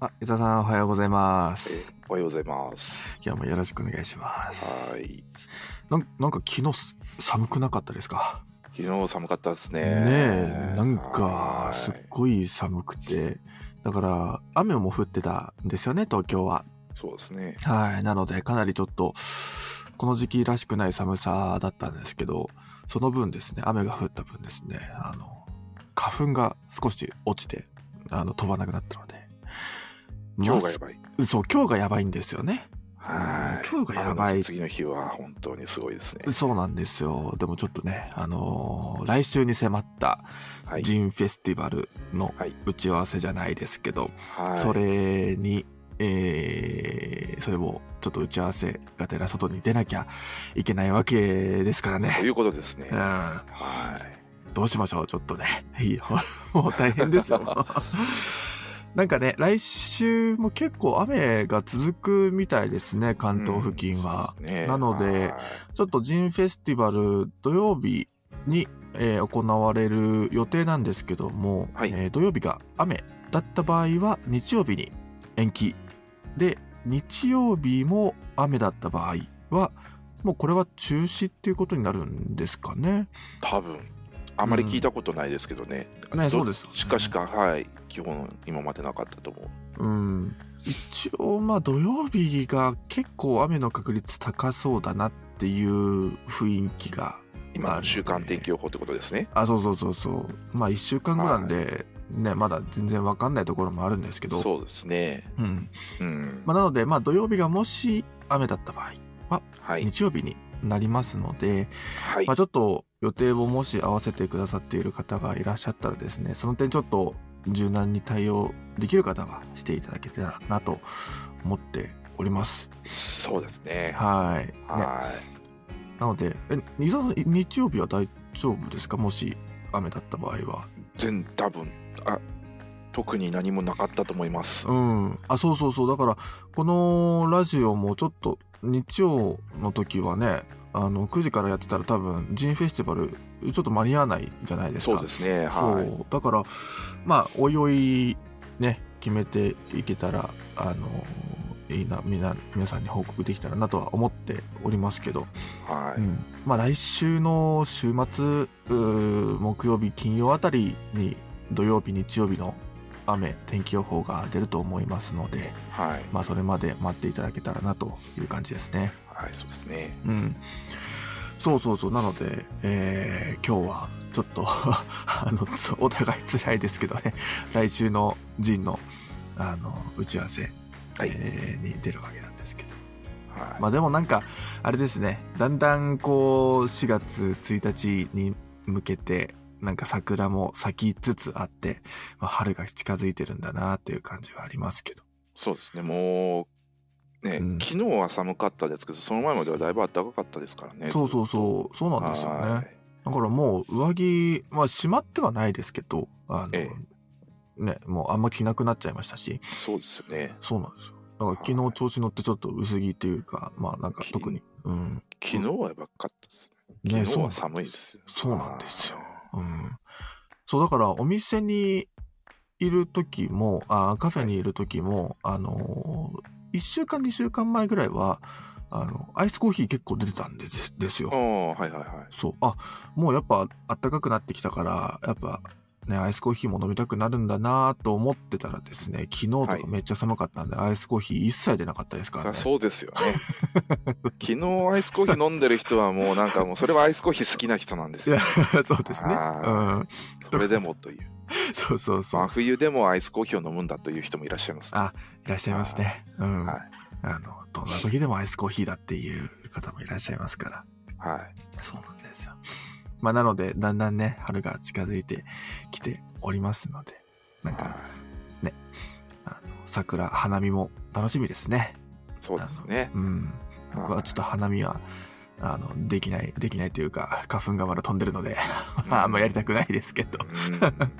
あ、伊沢さんおはようございます。おはようございます。今日もよろしくお願いします。はい。なんなんか昨日す寒くなかったですか昨日寒かったですね。ねえ、なんかはすっいごい寒くて、だから雨も降ってたんですよね、東京は。そうですね。はい、なのでかなりちょっと、この時期らしくない寒さだったんですけど、その分ですね、雨が降った分ですね、あの、花粉が少し落ちて、あの、飛ばなくなったので。今日がやばい。い。そう、今日がやばいんですよね。はい。今日がやばい雨の次の日は本当にすごいですね。そうなんですよ。でもちょっとね、あのー来週に迫ったはい。ジンフェスティバルのはい打ち合わせじゃないですけど、はい。それに、えー、それもちょっと打ち合わせがてら外に出なきゃいけないわけですからとね。いうことですね。うはん、い。どうしましょうちょっとね。いいよ もう大変ですよ。 なんかね、来週も結構雨が続くみたいですね、関東付近は。うんそうですねなのではいちょっとジンフェスティバル土曜日に、えー行われる予定なんですけども、はいえー土曜日が雨だった場合は日曜日に延期で日曜日も雨だった場合はもうこれは中止っていうことになるんですかね。多分あまり聞いたことないですけどね。ねそうでですよねしかしか、はい。基本、今までなかったと思う。うん、一応まあ土曜日が結構雨の確率高そうだなっていう雰囲気が今の週間天気予報ってことですね。あそうそうそうそうまあ1週間後なんで、ねまだ全然わかんないところもあるんですけどそうですね。うんうん。まあ、なのでまあ土曜日がもし雨だった場合はい。日曜日になりますので、はいまあ、。ちょっと予定をもし合わせてくださっている方がいらっしゃったらですねその点ちょっと柔軟に対応できる方はしていただけたらなと思っておりますそうですね。はい、ね、はい。なのでえ伊沢さん日曜日は大丈夫ですかもし雨だった場合は全多分あ特に何もなかったと思います。うん。あ、そうそうそう。だから、このラジオもちょっと、日曜の時はね、あの、9時からやってたら多分、ジンフェスティバル、ちょっと間に合わないじゃないですそか。うですね。そうはい。だから、まあ、おいおい、ね、決めていけたら、あの、いいな、みな、皆さんに報告できたらなとは思っておりますけど、はい。うん、まあ来週の週末うー木曜日金曜あたりに土曜日日曜日の雨天気予報が出ると思いますのではい。まあそれまで待っていただけたらなという感じですねはい。そうですね。うんそうそうそうなので、えー今日はちょっと あのお互い辛いですけどね来週の陣のあの打ち合わせ、はいえーに出るわけなんですけどはい。まあでもなんかあれですねだんだんこう4月1日に向けてなんか桜も咲きつつあって、まあ、春が近づいてるんだなっていう感じはありますけどそうですね。もうね、うん昨日は寒かったですけど、その前まではだいぶ暖かかったですからね。そうそうう。そうそうなんですよはねい。だからもう上着まあしまってはないですけどあの、えねもうあんま着なくなっちゃいましたしそうですよね。そうなんですよだから昨日調子乗ってちょっと薄着というかまあなんか特にうん昨日はやばかったです。ね昨日そうは寒いですよ。そうなんですようんそうだからお店にいる時もあカフェにいる時も、あの1週間2週間前ぐらいはあのアイスコーヒー結構出てたんですですよあ。あ、はいはいはい。そうあもうやっぱあったかくなってきたからやっぱねアイスコーヒーも飲みたくなるんだなと思ってたらですね昨日とかはいめっちゃ寒かったんで、アイスコーヒー一切出なかったですから、ね、そうですよ ね。昨日アイスコーヒー飲んでる人はもうなんかもうそれはアイスコーヒー好きな人なんですいよや。 そうですね。うあん、それでもという。そうそう そう、真冬でもアイスコーヒーを飲むんだという人もいらっしゃいます、あいらっしゃいますね。うん、はいあの、どんな時でもアイスコーヒーだっていう方もいらっしゃいますから。はい。そうなんですよ。まあ、なので、だんだんね、春が近づいてきておりますので、なんか、あの桜、花見も楽しみですね。そうですね。うん。僕はちょっと花見は、あの、できない、できないというか、花粉がまだ飛んでるので、 まあ、あんまやりたくないですけど。うん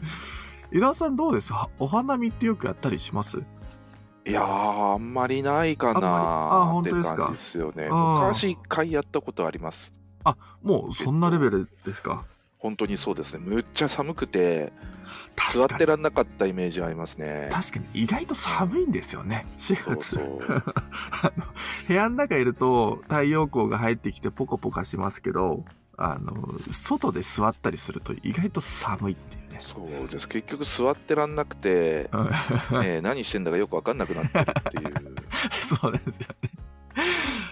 伊沢さんどうですはお花見ってよくやったりしますいやー、あんまりないかあなーんまってりあ本当ですか感じですよね。あー昔一回やったことあります。もう、そんなレベルですか本当にそうですね。むっちゃ寒くて、確座っかてにらんなかったイメージありますね。確かに意外と寒いんですよね4月そうそう。あの部屋の中いると太陽光が入ってきてポカポカしますけどあの外で座ったりすると意外と寒いっていうねそうです。結局座ってらんな くて、うんえー何してんだかよくわかんなくなってるって いう。そうですよね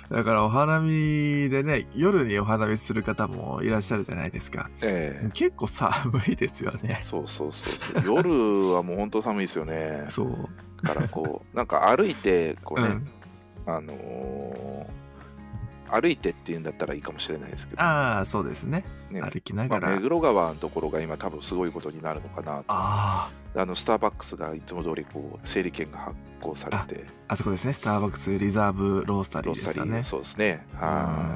だからお花見でね夜にお花見する方もいらっしゃるじゃないですかええ結構寒いですよねそうそうそうそう。夜はもう本当寒いですよね。そうだからこ う、なんか歩いて、こううね、んあのー歩いてっていうんだったらいいかもしれないですけど、ああそうですねね歩きなまがあ、ら、目黒川のところが今多分すごいことになるのかなああのスターバックスがいつも通りこう整理券が発行されてああそこですねスターバックスリザーブロースタリどーっでさすりかねそうですねはは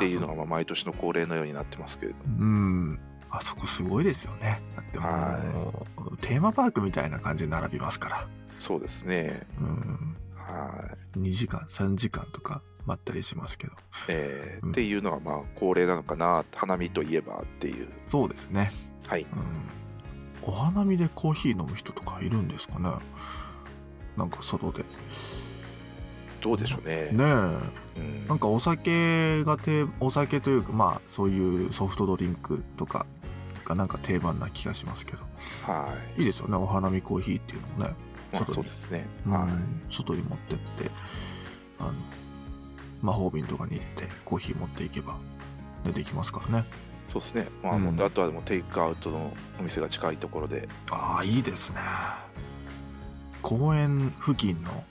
いいっていうのがまあ毎年の恒例のようになってますけれどもうん。あそこすごいですよね。だってもう、テーマパークみたいな感じで並びますから。そうですねうん。はい2時間、3時間とか待ったりしますけど。えーうんっていうのがまあ恒例なのかな花見といえばっていうそうですね。はいうん。お花見でコーヒー飲む人とかいるんですかねなんか外で。どうでしょうねねえ。うんなんかお酒がて、お酒というか、まあそういうソフトドリンクとかがなんか定番な気がしますけど。はいいいですよね。お花見コーヒーっていうのもね。まあ外にそうですねははいい、外に持ってってあの魔法瓶とかに行ってコーヒー持っていけば、ね、できますからねそうですねまあうんもうあとはもうテイクアウトのお店が近いところでああいいですね公園付近の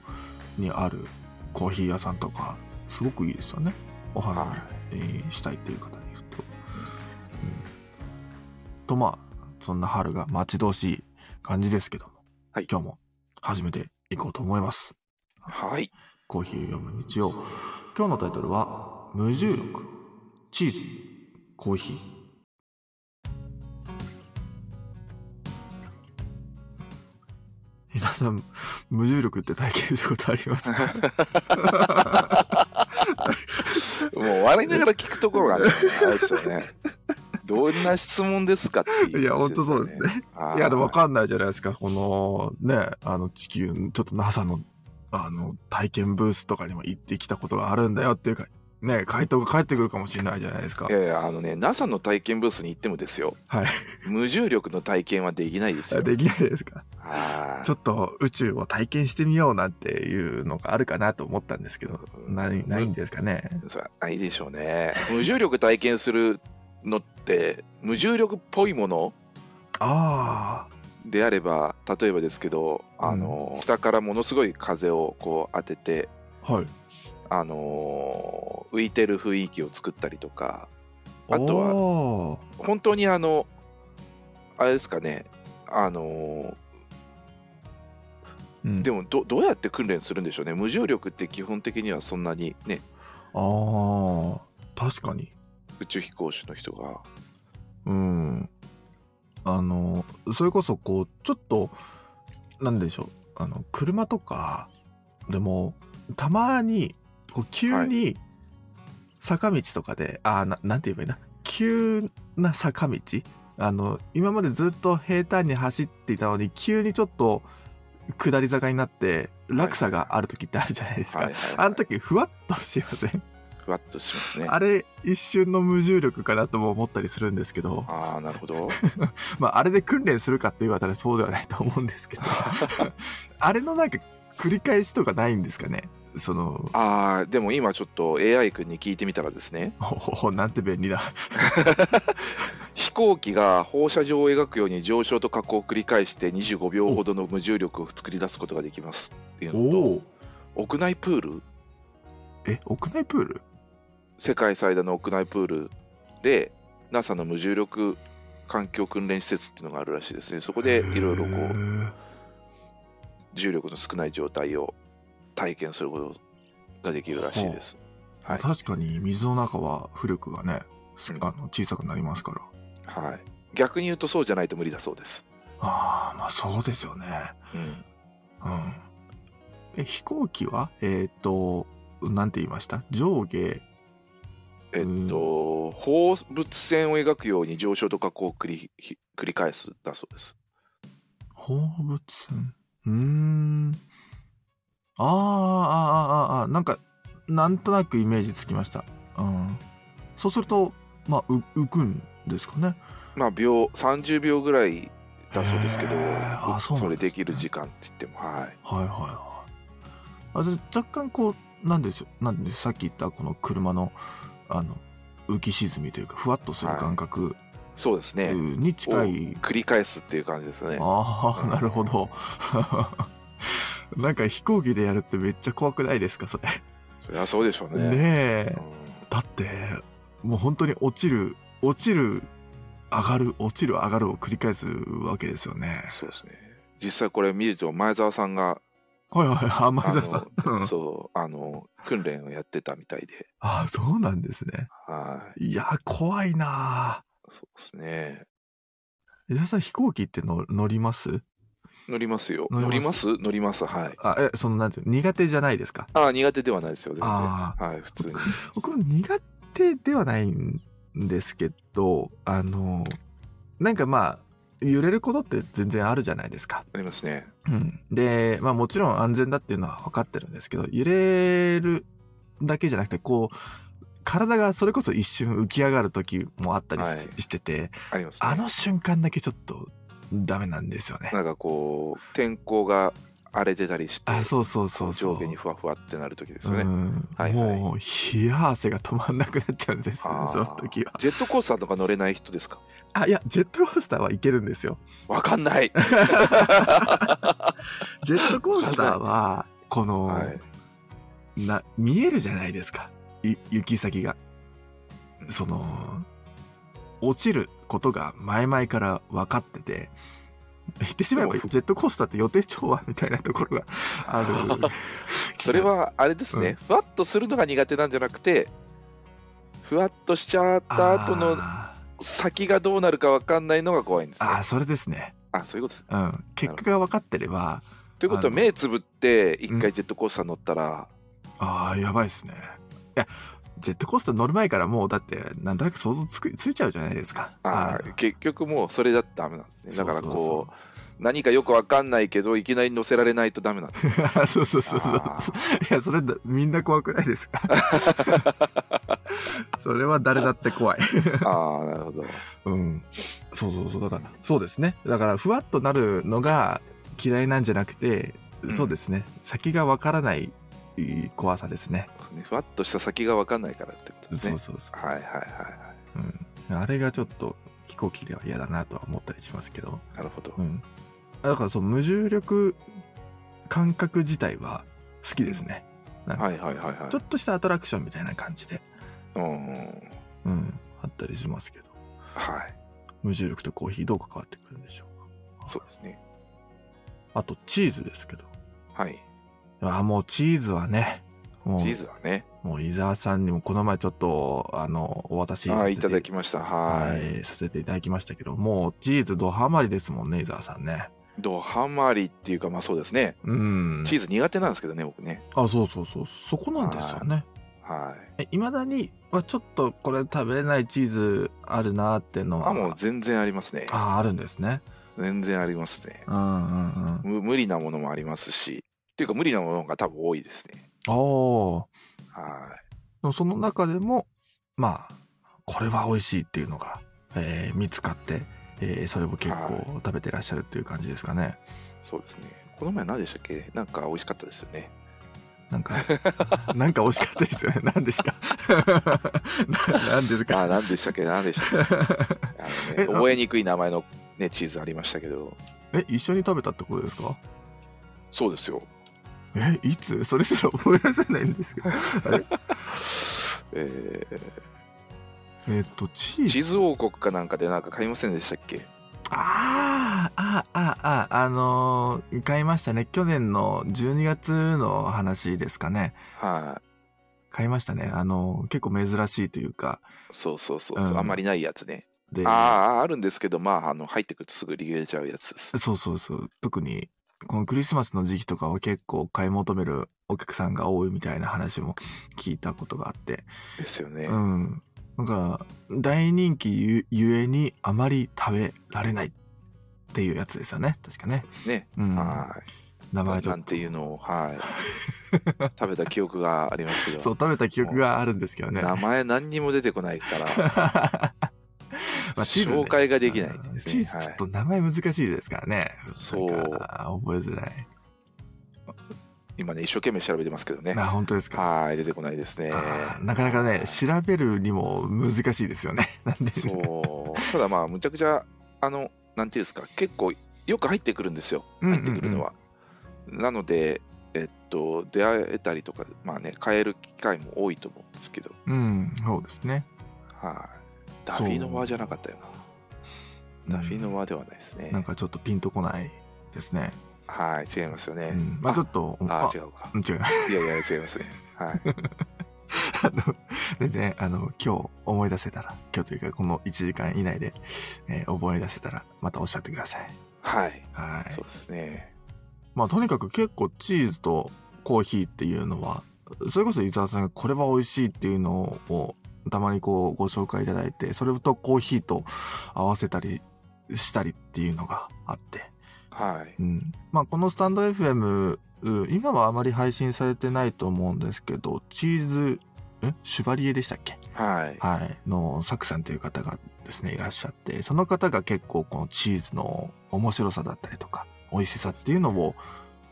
にあるコーヒー屋さんとかすごくいいですよねお花は見、えーしたいっていう方に言うと、うん、とまあそんな春が待ち遠しい感じですけども、はい今日も始めていこうと思いますはいコーヒーを読む道を今日のタイトルは「無重力チーズコーヒー」伊沢さん無重力って体験したことありますかもう笑いながら聞くところがね、あれですよね。どんな質問ですかっていう、いや本当そうです。ねはいやでも分かんないじゃないですかこのねあの地球ちょっと NASA のあの体験ブースとかにも行ってきたことがあるんだよっていうかね回答が返ってくるかもしれないじゃないですかいやいや、あのね、NASA の体験ブースに行ってもですよ、はい無重力の体験はできないですよ。できないですかはいちょっと宇宙を体験してみようなんていうのがあるかなと思ったんですけど、ない、ないんですかね。それはないでしょうね。無重力体験するのって、無重力っぽいものあであれば、例えばですけど、あの、下からものすごい風をこう当てて、あ、はい。あの浮いてる雰囲気を作ったりとか、あとはは、本当にあのあれですかねあのうん、でも、もどどうやって訓練するんでしょうね無重力って基本的にはそんなにねああ、確かに。宇宙飛行士の人がうん。あの、それこそこう、ちょっと、なんでしょう。あの、車とか、でも、たまに、こう、急に、坂道とかで、あーな、なんて言えばいいな。急な坂道あの、今までずっと平坦に走っていたのに、急にちょっと、下り坂になって、落差がある時ってあるじゃないですか。はいはいはいあの時、ふわっとしませんふわっとしますねあれ、一瞬の無重力かなとも思ったりするんですけど。ああなるほど まあ、あれで訓練するかって言われたらそうではないと思うんです けど、あれのなんか繰り返しとかないんですかねその、ああでも今ちょっと AI 君に聞いてみたらですねほほほなんて便 利だ。飛行機が放射状を描くように上昇と下降を繰り返して25秒ほどの無重力を作り出すことができますっていうのお。と屋内プールえ、屋内プール世界最大の屋内プールで NASA の無重力環境訓練施設っていうのがあるらしいですねそこでいろいろこへうー重力の少ない状態を体験することができるらしいですはい、確かに水の中は浮力がね、すうんあの小さくなりますから。はい、逆に言うとそうじゃないと無理だそうです、ああ、まあそうですよね。うん、うん。え、飛行機はえーっと、なんて言いました上下、えっと、放物線を描くように上昇と下降を繰りひ繰り返すだそうです。放物線うーん。あーあー、あーあー、あーなんか、なんとなくイメージつきました。うん。そうすると、まあ、う浮くんですかね。まあ秒30秒ぐらいだそうですけどへーあそうなんですねれできる時間って言ってもはいはいはいはい。あじゃあ若干こう、なんでしょう、なんでしょうさっき言ったこの車の、あの、浮き沈みというか、ふわっとする感覚そうですね、に近い、を繰り返すっていう感じですねああ、うんなるほど。 なんか飛行機でやるってめっちゃ怖くないですか、それ。そりゃそうでしょうねねえう。んだってもう本当に落ちる落ちる上がる落ちる上がるを繰り返すわけですよね。そうですね実際これ見ると前澤さんがはいはいはい、甘田さん。うんそうあの訓練をやってたみたいであそうなんですね。はいや怖いなあ。いそうですね伊沢さん飛行機っての乗ります？乗りますよ乗乗りりまます乗りますはいあえそのなんていうの苦手じゃないですか。ああ苦手ではないですよ全然あはい普通に僕も苦手ではないんですけど、あのなんかまあ揺れることって全然あるじゃないですか。ありますねうん。で、まあもちろん安全だっていうのは分かってるんですけど、揺れるだけじゃなくて、こう、体がそれこそ一瞬浮き上がる時もあったりし,、はてて、ありますねあの瞬間だけちょっとダメなんですよね。なんかこう天候が荒れてたりしてあ、そうそうそうそう。上下にふわふわってなる時ですよね、うんはいはいもう冷や汗が止まんなくなっちゃうんですよあねーその時はジェットコースターとか乗れない人ですかあいやジェットコースターはいけるんですよわか んない、ジェットコースターはこの、はい、な見えるじゃないですかい行き先がその落ちることが前々から分かってて言ってしまえばでジもェットコースターって予定調和みたいなところがあ るそれはあれですね、うんふわっとするのが苦手なんじゃなくてふわっとしちゃった後のあ先がどうなるかわかんないのが怖いんですーねあーそれですね、あそういうことですうん、結果が分かってればということあはの目つぶって一う回ジェットコースター乗ったら、ああやばいですねいやジェットコースター乗る前からもうだってなんとなく想像つくついちゃうじゃないですかあー結局もうそれだってダメなんですねだからこうそうそうそう何かよくわかんないけどいきなり乗せられないとダメなんで すあそうそうそうそうあ。いや、それだ、みんな怖くないですか それは誰だって怖い。ああなるほどうん。そうそうそう。だから、そうですね。だから、ふわっとなるのが嫌いなんじゃなくて、うんそうですね。先がわからないえー怖さですね。ねふわっとした先が分かんないからってことですそうね。そうそはいはいはいはう。うん。あれがちょっと飛行機では嫌だなとは思ったりしますけど。い。なるほど。うん。だから、そう、無重力感覚自体は好きですね。はいはいはいはい。ちょっとしたアトラクションみたいな感じで。うんうん。うん、あったりしますけどはい。無重力とコーヒーどう関わってくるんでしょうかそうですね。あとチーズですけどはい。あもうチーズはねもチーうズはね。もう伊沢さんにもこの前ちょっとあのお渡しさはせい、ていただきました。は。はいいさせていただきましたけどもうチーズドハマりですもんね伊沢さんねドハマりっていうか、まあそうですね。うんチーズ苦手なんですけどね、僕ね。あそうそうそうそこなんですよねはい。いまだにはちょっとこれ食べれないチーズあるなーってのはあ、もう全然ありますね。ああるんですね全然ありますね。うんうんうんむ無理なものもありますし、っていうか無理なものが多分多いですね。おーはでもその中でもまあこれは美味しいっていうのが、えー見つかって、えーそれを結は構い食べてらっしゃるっていう感じですかね。い。そうですね。この前何でしたっけなんか美味しかったですよね。なんか なんか美味しかったですよね。 何ですかななんですかあ、何でしたっけ何でしたっ けあのねえ、覚えにくい名前の、ね、チーズありましたけど、え一緒に食べたってことですかそうですよ。えいつそれすら覚えられないんですけ ど。えーえっとチーズチーズ王国かなんかでなんか買いませんでしたっけあーあああああのー買いましたね去年の12月の話ですかねは買いましたねあのー結構珍しいというかい。そうそうそうそう、うんあんまりないやつね。でああ、あるんですけど、まあ、あの入ってくるとすぐ利れちゃうやつです。そうそうそう。特に、このクリスマスの時期とかは結構買い求めるお客さんが多いみたいな話も聞いたことがあって。ですよね。うん。だから、大人気ゆゆえにあまり食べられないっていうやつですよね。確かね。ね、うん。は名前いちょなっんとて。いうのを、はい、 食べた記憶がありますけどそう、食べた記憶があるんですけどね。名前何にも出てこないから まあチーズね紹介ができないんですねチーズちょっと名前難しいですからね。そうなんか覚えづらい。今ね一生懸命調べてますけどねあ、本当ですか。はい出てこないですねあーなかなかね、調べるにも難しいですよ ね。なんで。そうただまあむちゃくちゃあのなんていうんですか結構よく入ってくるんですようんうん入ってくるのは、なのでえっと出会えたりとかまあね変える機会も多いと思うんですけどうん、そうですね。はいダフィノワじゃなかったよなダフィノワではないですね、なんかちょっとピンとこないですね。はい違いますよね、うん、まあちょっと、ああ違うかうん違 う。いやいや違いますねはいあの、全然、あの、今日思い出せたら、今日というかこの1時間以内で、えー思い出せたら、またおっしゃってください。 はい、はい。そうですね。まあとにかく結構チーズとコーヒーっていうのはそれこそ伊沢さんがこれは美味しいっていうのをたまにこうご紹介いただいてそれとコーヒーと合わせたりしたりっていうのがあって、はい。うん、まあこのスタンド FM うん今はあまり配信されてないと思うんですけどチーズんシュバリエでしたっけはい。はい、のサクさんという方がですねいらっしゃってその方が結構このチーズの面白さだったりとか美味しさっていうのを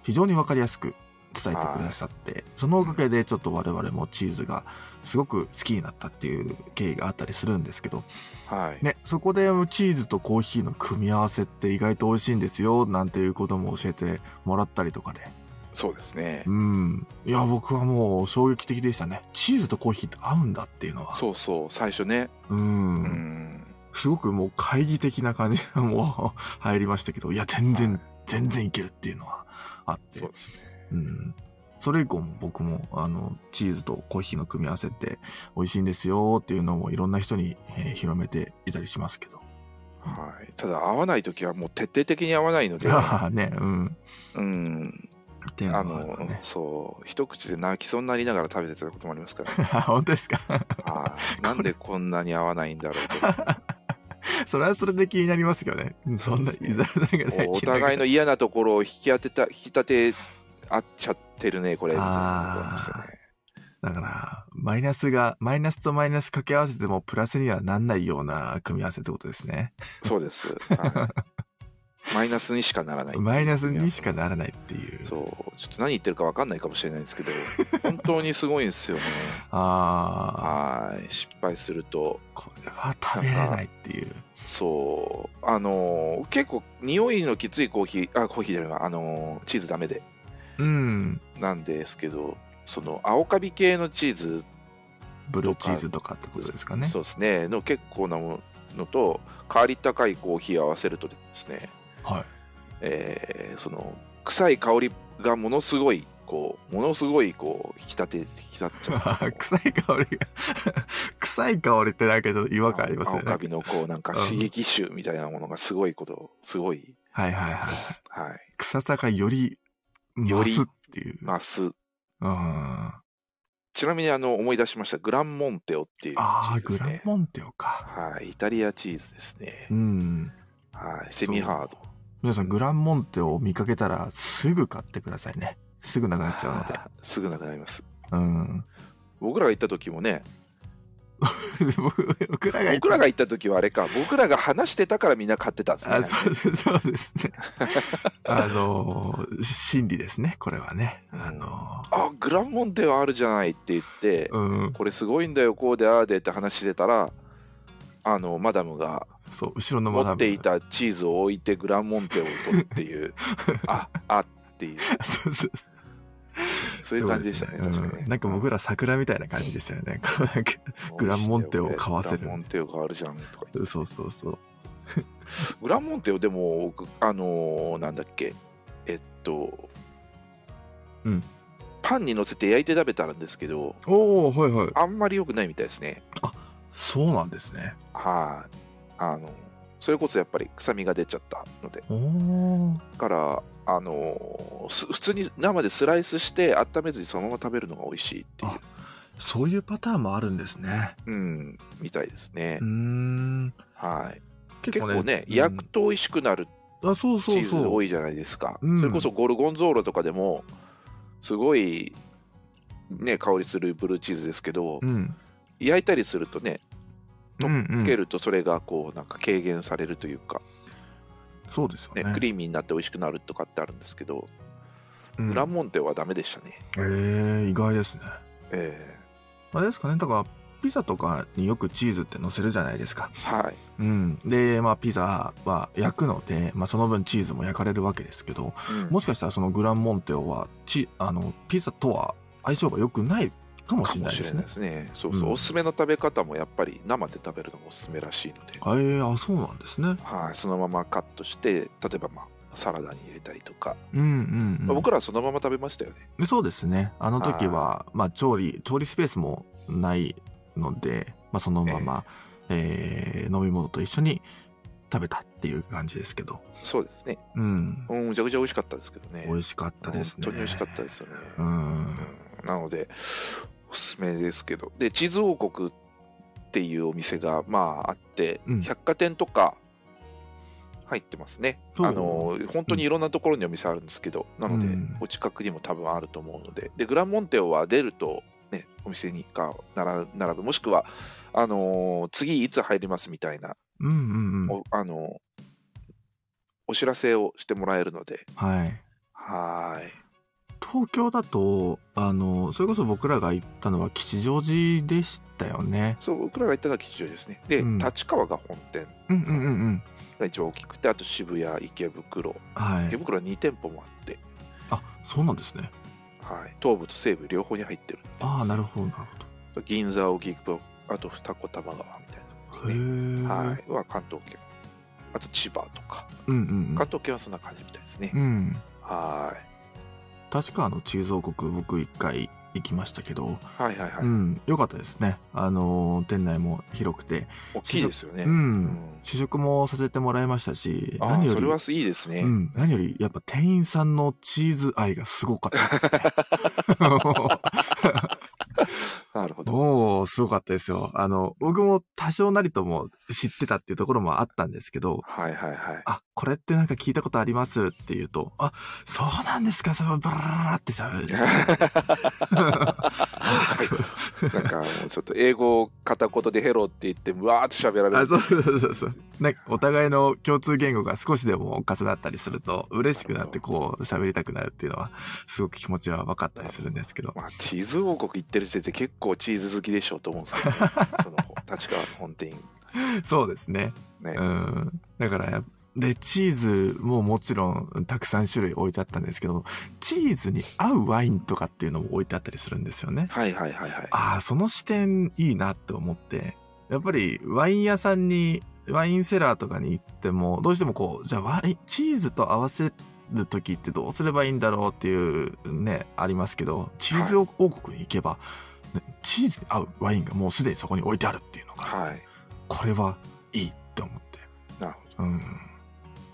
非常に分かりやすく伝えてくださってそのおかげでちょっと我々もチーズがすごく好きになったっていう経緯があったりするんですけど、はい。ね、そこでチーズとコーヒーの組み合わせって意外と美味しいんですよなんていうことも教えてもらったりとかでそうですねう。んいや僕はもう衝撃的でしたねチーズとコーヒーって合うんだっていうのはそうそう、最初ね。ううんん。すごくもう懐疑的な感じ がもう入りましたけど、いや、全然、全然いけるっていうのはあって、そううですね。ん。それ以降も僕も、あの、チーズとコーヒーの組み合わせって美味しいんですよっていうのをいろんな人に、えー広めていたりしますけど。はい。ただ、合わないときはもう徹底的に合わない ので、ああね、うん。うん。っていうあのものある、ね。そう、一口で泣きそうになりながら食べてたこともあ りますから、本当ですか はい。なんでこんなに合わないんだろうそれはそれで気になりますけどね。うんそんな、そうです伊ね沢さん がねと。おお互いの嫌なところを引き当てた、引き立て合っちゃってるね、これ。みたいなところありましたねだから、マイナスが、マイナスとマイナス掛け合わせてもプラスにはなんないような組み合わせってことですね。そうです。 はいマイナスにしかならない。マイナスにしかならないっていう。そうちょっと何言ってるか分かんないかもしれないんですけど本当にすごいんですよね ああ、はい失敗するとこれは食べれないっていう。そうあのー結構匂いのきついコーヒーあコーヒーじゃないわあのーチーズダメでうん。なんですけどその青カビ系のチーズ、ブルーチーズとかってことですかね。そうですねの結構なものと香り高いコーヒー合わせるとですね、はい。 えーその臭い香りがものすごいこうものすごいこう引き立て引き立っちゃう 臭い香りが 臭い香りってなんかちょっと違和感ありますよ青ね。カはいビのこうなんかうん刺激臭みたいなものがすごいことすごいはいはい。はい臭さがより増すっていう。まあすうん、あちなみにあの思い出しましたグランモンテオっていうチあー、ーズでグすランねモンテオか。はいイタリアチーズですねうん。はいセミハード皆さん、グランモンテオを見かけたらすぐ買ってくださいね。すぐなくなっちゃうので。すぐなくなりますうん。 僕らが行った時もね僕僕らが言った僕らが行った時はあれか僕らが話してたからみんな買ってたんですねあそうですそうです ね。あのー、心理ですね、これはね。あのあグランモンテオあるじゃないって言って、ー、うん、これすごいんだよこうでああでって話してたらあのマダムがそう、後ろのマダム持ってい。たチーズを置いてグランモンテを取るっていうああっていうそうそうそうそういう感じでしたねそうす確かにねうんなんか僕ら桜みたいな感じでしたよね。 こうなんかグランモンテを買わせるグランモンテを買わるじゃんとかそうそうそう。グランモンテをでも僕あのーなんだっけえっとうんパンに乗せて焼いて食べたんですけどおおはいはい。あんまり良くないみたいですねそうなんですね。はいあのそれこそやっぱり臭みが出ちゃったのでおお。だからあのーす普通に生でスライスして温めずにそのまま食べるのが美味しいっていうあそういうパターンもあるんですね。うん、みたいですねうー。ん。はい。結構ね、焼くと美味しくなるうんあ、そうチそうーズそ多う。いじゃないですか。うんそれこそゴルゴンゾーラとかでも、すごい、ね、香りするブルーチーズですけど、うん。焼いたりするとね、うとんうつけん、るとそれがこうなんか軽減されるというか、そうですよねね。クリーミーになって美味しくなるとかってあるんですけど、うん裏モンテはダメでしたね。えー、意外ですね。えあれですかね、だから、ピザとかによくチーズって乗せるじゃないですか。えはい。うん。で、まあ、ピザは焼くので、まあ、その分チーズも焼かれるわけですけど、うんもしかしたらそのグランモンテオは、チ、あの、ピザとは相性が良くないかもしかれもないしでれすなねいで。すね。そうそう、うんおすすめの食べ方もやっぱり生で食べるのがおすすめらしいので、えー、あ、そうなんですね。はい、そのままカットして、例えばまあサラダに入れたりとか、うんうん、うんまあ僕らはそのまま食べましたよね。そうですね。あの時は、まあ、調理、調理スペースもないので、まあ、そのまま、えー飲み物と一緒に食べたっていう感じですけど。そうですね。うん。うん、むちゃくちゃ美味しかったですけどね。美味しかったですね。本当に美味しかったですよね。うん。うんなので、おすすめですけど。で、地図王国っていうお店が、まあ、あって、うん百貨店とか入ってますね。そうあの、本当にいろんなところにお店あるんですけど、なので、うんお近くにも多分あると思うので。で、グランモンテオは出ると、ね、お店にが並並ぶ、もしくは、あのー次いつ入りますみたいな、うんうんうん。おあのーお知らせをしてもらえるので、はい。はーい。東京だと、あの、それこそ僕らが行ったのは吉祥寺でしたよね。そう、僕らが行ったのは吉祥寺ですね。で、うん立川が本店うんうんうんうん。が一番大きくて、あと渋谷、池袋、は池い。袋は2店舗もあって、あ、そうなんですね。はい、東部と西部両方に入ってるってああ、なるるほど、なる銀座、荻窪、あと二子玉川みたいなとこほろど。へですね。え。はい、は関東圏。あと千葉とか、うんうん関東圏はそんな感じみたいですね。うん。うん。は確かあの、チーズ王国、僕一回行きましたけど、ーいはいはいはい、うん、良かったですね。あの、店内も広くて、大きいですよね。うん、試食もさせてもらいましたし、あ何あ、よそりれ、はいいですね。うん、何より、やっぱ店員さんのチーズ愛がすごかったですね。 なるほど。もう、すごかったですよ。あの、僕も多少なりとも知ってたっていうところもあったんですけど、はいはいはい。あ、これってなんか聞いたことありますって言うと、あ、そうなんですか、そのバラバラバラって喋 る。なんかもうちょっと英語を片言でヘロって言って、うわーって喋ら れあるそうそうそうそう。なんかお互いの共通言語が少しでも重なったりすると、嬉しくなってこう喋りたくなるっていうのは、すごく気持ちは分かったりするんですけど。まあ、チーズ王国行ってる時点で結構チーズ好きでしょうと思うんですけど、ね、その立川の本店そうですね。ね、うん。だからやっぱ、で、チーズももちろんたくさん種類置いてあったんですけど、チーズに合うワインとかっていうのも置いてあったりするんですよね。はいはいはいはいああ、その視点いいなって思って、やっぱりワイン屋さんに、ワインセラーとかに行っても、どうしてもこう、じゃあワイン、チーズと合わせるときってどうすればいいんだろうっていうね、ありますけど、チーズ王国に行けば、ねチーズに合うワインがもうすでにそこに置いてあるっていうのが、はいこれはいいって思って、なるほうど、ん。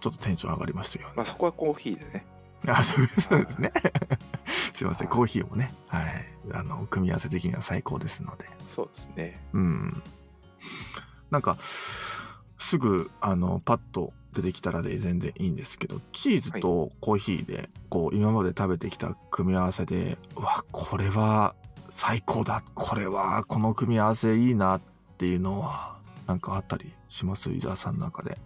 ちょっとテンション上がりましたけどね まあ、そこはコーヒーでねあ、そうそうですね。 すいません、はいコーヒーもね、はい。あの、組み合わせ的には最高ですので。そうですねうん。なんか、すぐ、あの、パッと出てきたらで全然いいんですけど、チーズとコーヒーで、こう、今まで食べてきた組み合わせで、うわ、これは最高だ、これは、この組み合わせいいなっていうのは、なんかあったりします伊沢さんの中で。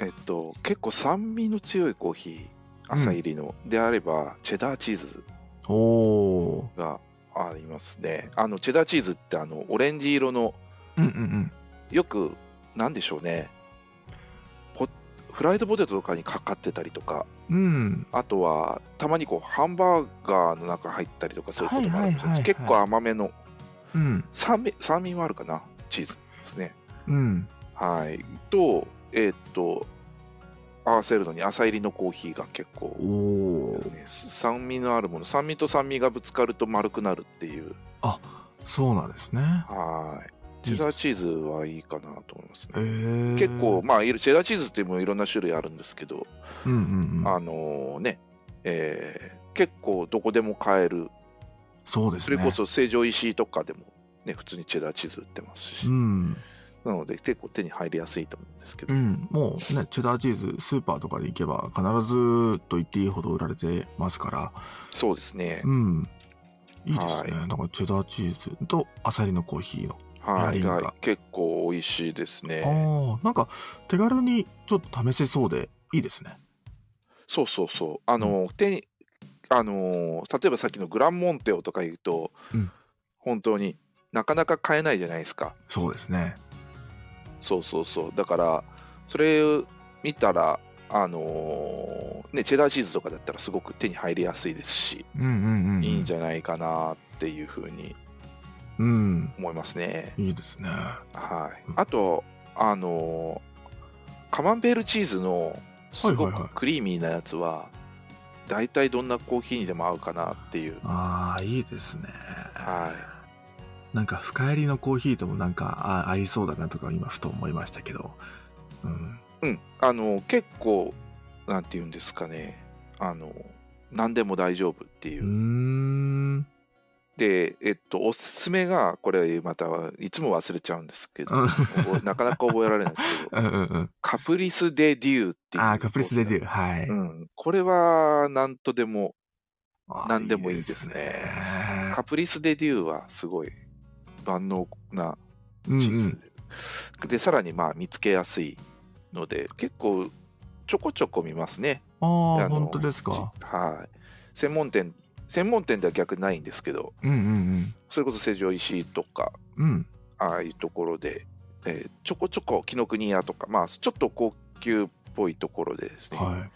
えっと結構酸味の強いコーヒー朝入りの、であればチェダーチーズおー。がありますねあのチェダーチーズってあのオレンジ色のうんうんうん。よくなんでしょうねポフライドポテトとかにかかってたりとかうん。あとはたまにこうハンバーガーの中入ったりとかそういうこともあるんですよ、はいはいはいはい結構甘めのうん。酸味酸味もあるかなチーズですねうん。はいとえーっと合わせるのに朝入りのコーヒーが結構、おおね、酸味のあるもの酸味と酸味がぶつかると丸くなるっていうそうなんですね。はいチェダーチーズはいいかなと思いますえね結構ままあいるチェダーチーズってもいろんな種類あるんですけど、うんうんうん、あのねえー結構どこでも買えるそうですそね。れこそ成城石井とかでもね、普通にチェダーチーズ売ってますし、うん。なので結構手に入りやすいと思うんですけど、うん。もうね、チェダーチーズ、スーパーとかで行けば必ずと言っていいほど売られてますから。そうですね、うん。いいですね。なはんかチェダーチーズとアサリのコーヒーの。はリい、ンがが結構美味しいですね。ああ、なんか手軽にちょっと試せそうでいいですね。そうそうそう。あの、手にあのー例えばさっきのグランモンテオとか言うと、うん本当になかなか買えないじゃないですか。そうですね。そうそうそう。だからそれ見たら。あのーね、チェダーチーズとかだったらすごく手に入りやすいですし、うんうんうん。いいんじゃゃないかなっていうふうにうん。思いますね。いいですね。はいうん、あとあのーカマンベールチーズのすごはいはいはくいクリーミーなやつは大体どんなコーヒーにでも合うかなっていうああ、いいですね。はなんか深入りのコーヒーともなんかあ合いそうだなとか今ふと思いましたけど。うん。うんあのー結構なんて言うんですかねあのー何でも大丈夫っていうーう、ん。でえっとおすすめがこれまたいつも忘れちゃうんですけどうん覚えなかなか覚えられないんですけう どんうんうん。カプリス・デ・デューっていうああ、カプリスデデュー。はい。うん、これは何とでもあーなんでもいいですねカプリス・デ・デューはすごい万能なうチんうーズで,、ん。でさらにまあ見つけやすいので結構ちょこちょこ見ますねあああ、の本当ですちか。はい専門店専門店では逆にないんですけどうんうんそれこそ成城石井とかうん。うん。ああいうところで、えーちょこちょこ紀ノ国屋とかまあちょっと高級っぽいところでですね、はい。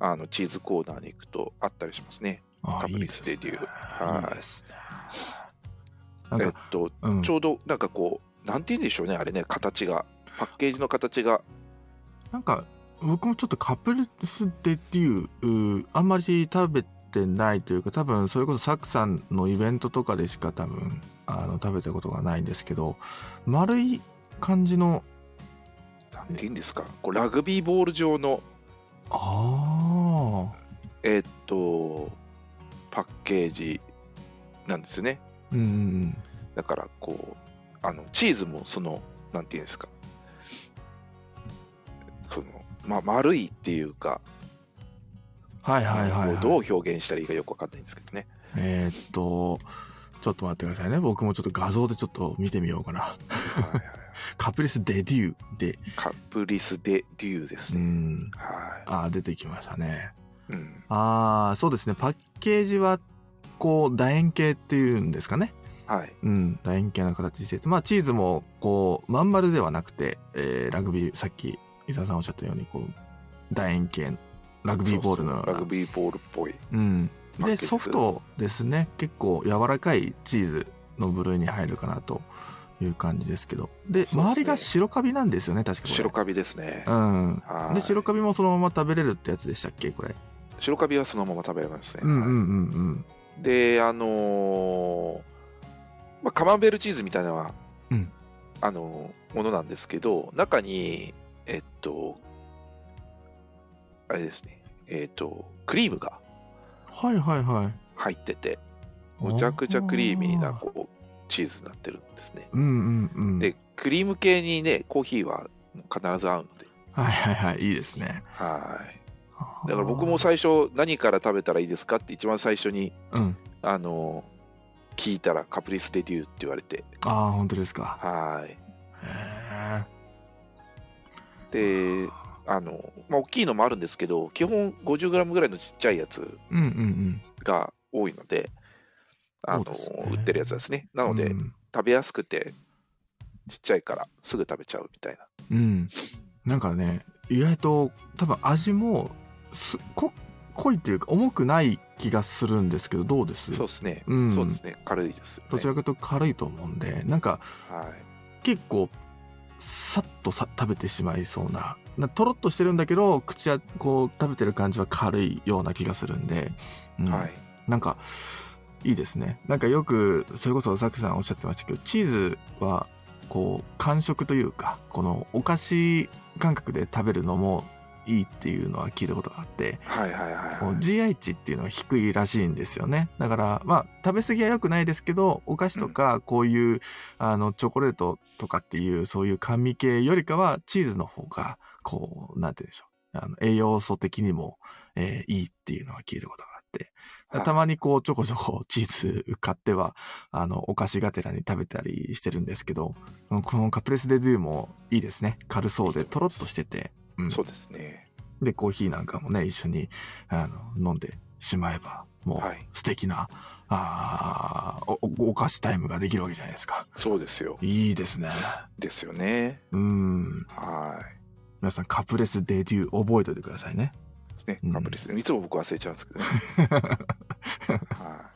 あのチーズコーナーに行くとあったりしますねあーカプいいリですスね。デデューはいいですね。なんえっか、とうんちょうどなんかこう、なんて言うんでしょうね、あれね、形が、パッケージの形が、なんか僕もちょっとカプリスデっていううーあんまり食べてないというか多分それこそサクさんのイベントとかでしか多分あの食べたことがないんですけど丸い感じのなんて言うんですか、こうラグビーボール状の、ああえっと、パッケージなんですね。うんうんだから、こう、あのチーズも、その、なんて言うんですか、その、ま、丸いっていうか、はいはいはい、こはうい、どう表現したらいいかよくわかんないんですけどね。えーっとちょっと待ってくださいね僕もちょっと画像でちょっと見てみようかな はいはいカプリスデデューでカプリス・デ・デューですうね。んあはー出てきましたねい。うん。ああ、そうですね。パッケージは、こう、楕円形っていうんですかね。はい。うん、楕円形の形してて、まあ、チーズも、こう、まん丸ではなくて、えーラグビー、さっき、伊沢さんおっしゃったように、こう、楕円形、ラグビーボールのよそううそうな。ラグビーボールっぽい。うん。パッケで、ージソフトですね。結構、柔らかいチーズの部類に入るかなという感じですけど。で、そうですね周りが白カビなんですよね、確かこれ。白カビですね。うん。はいで、白カビもそのまま食べれるってやつでしたっけ、これ。白カビはそのまま食べられますね。うんうんうんうん。で、あのーまあ、カマンベールチーズみたいなのは、うんあのーものなんですけど、中に、えっと、あれですね、えっと、クリームがはいはいはい。入ってて、むちゃくちゃクリーミーなこうチーズになってるんですね。うんうんうん。で、クリーム系にね、コーヒーは必ず合うので、はいはいはい、いいですね。はい。だから僕も、最初、何から食べたらいいですかって一番最初にうん。あの聞いたらカプリスデデューって言われてああ、本当ですか。はいへえ。であの、まあ、大きいのもあるんですけど基本 50g ぐらいのちっちゃいやつうんうんうん。が多いのであのそうですね売ってるやつですねなので、うん、食べやすくてちっちゃいからすぐ食べちゃうみたいなうんなんかね、意外と多分味もすこ濃いというか重くない気がするんですけど、どうですそうですね、うんそうですね軽いですよどちねらかというと軽いと思うんで、なんかはい結構さっとさ食べてしまいそうななとろっとしてるんだけど口はこう食べてる感じは軽いような気がするんで、うんはいなんかいいですねなんかよくそれこそザクさんおっしゃってましたけどチーズはこう感触というかこのお菓子感覚で食べるのもいいっていうのは聞いたことがあって、はいはいはいこうはい GI 値っていうのは低いらしいんですよねだからまあ食べ過ぎは良くないですけどお菓子とかこういう、あのチョコレートとかっていうそういう甘味系よりかはチーズの方がこうなんて言うんでしょうあの栄養素的にも、えーいいっていうのは聞いたことがあってはいたまにこうちょこちょこチーズ買ってはあのお菓子がてらに食べたりしてるんですけどこのカプレス・デ・デューもいいですね軽そうでとろっとしてて、うんそうですねでコーヒーなんかもね一緒にあの飲んでしまえばもはうい素敵な、あーおおお菓子タイムができるわけじゃないですかそうですよいい ですねですよねうんは皆さんカプレスデデュー覚えておいてください ねいですねうんカプレス、いつも僕忘れちゃうんですけどね、は